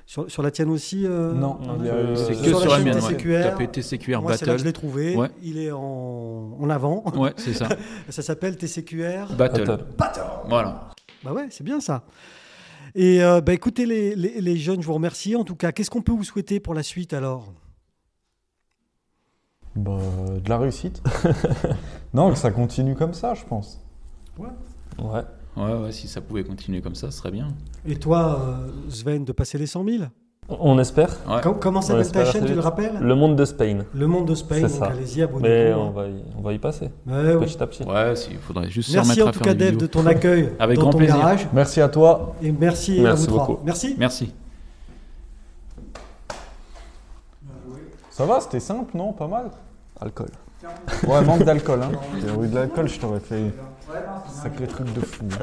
S1: sur, sur la tienne aussi euh,
S4: Non,
S1: Arnaud
S4: il y a, euh,
S3: C'est que
S1: sur
S3: sur,
S1: la
S3: la,
S1: chaîne
S3: mienne.
S1: TCQR,
S3: Ouais. Tapez TCQR
S1: Moi, c'est là que je
S3: Battle.
S1: l'ai trouvé.
S3: Ouais.
S1: Il est en, en avant.
S3: Ouais, c'est ça.
S1: Ça s'appelle TCQR.
S3: Battle.
S2: Attends.
S3: Voilà.
S1: Bah ouais, c'est bien ça. Et euh, bah, écoutez, les, les- les jeunes, je vous remercie. En tout cas, qu'est-ce qu'on peut vous souhaiter pour la suite alors
S4: bah, de la réussite. non, que ça continue comme ça, je pense.
S2: Ouais.
S3: Ouais, ouais, si ça pouvait continuer comme ça, ce serait bien.
S1: Et toi, euh, Sven, de passer les 100 000
S2: On espère.
S3: Ouais.
S1: Com- Comment
S2: On
S1: s'appelle
S2: espère
S1: ta
S2: assez
S1: chaîne, tu
S2: vite.
S1: le rappelles le...
S2: Le monde de Spain.
S1: Monde de Spain,
S2: C'est
S1: donc
S2: ça.
S1: allez-y,
S2: Mais
S1: abonnez-vous.
S2: on va, y, on va y passer
S1: Ouais, ouais.
S2: petit à petit.
S3: Ouais, si, il faudrait juste se
S1: Merci
S3: remettre
S1: en
S3: à
S1: tout
S3: faire
S1: cas,
S3: des
S1: Dave, de
S3: vidéos.
S1: ton accueil
S3: Avec
S1: dans
S3: grand
S1: ton
S3: plaisir.
S1: garage.
S4: Merci à toi.
S1: Et merci, à
S2: Merci
S1: vous trois.
S2: beaucoup.
S1: Merci.
S3: Merci.
S4: Ça va, c'était simple, non Pas mal
S2: Alcool.
S4: Ouais, manque d'alcool. Hein. T'aurais eu de l'alcool, je t'aurais fait. Sacré truc de fou. hein.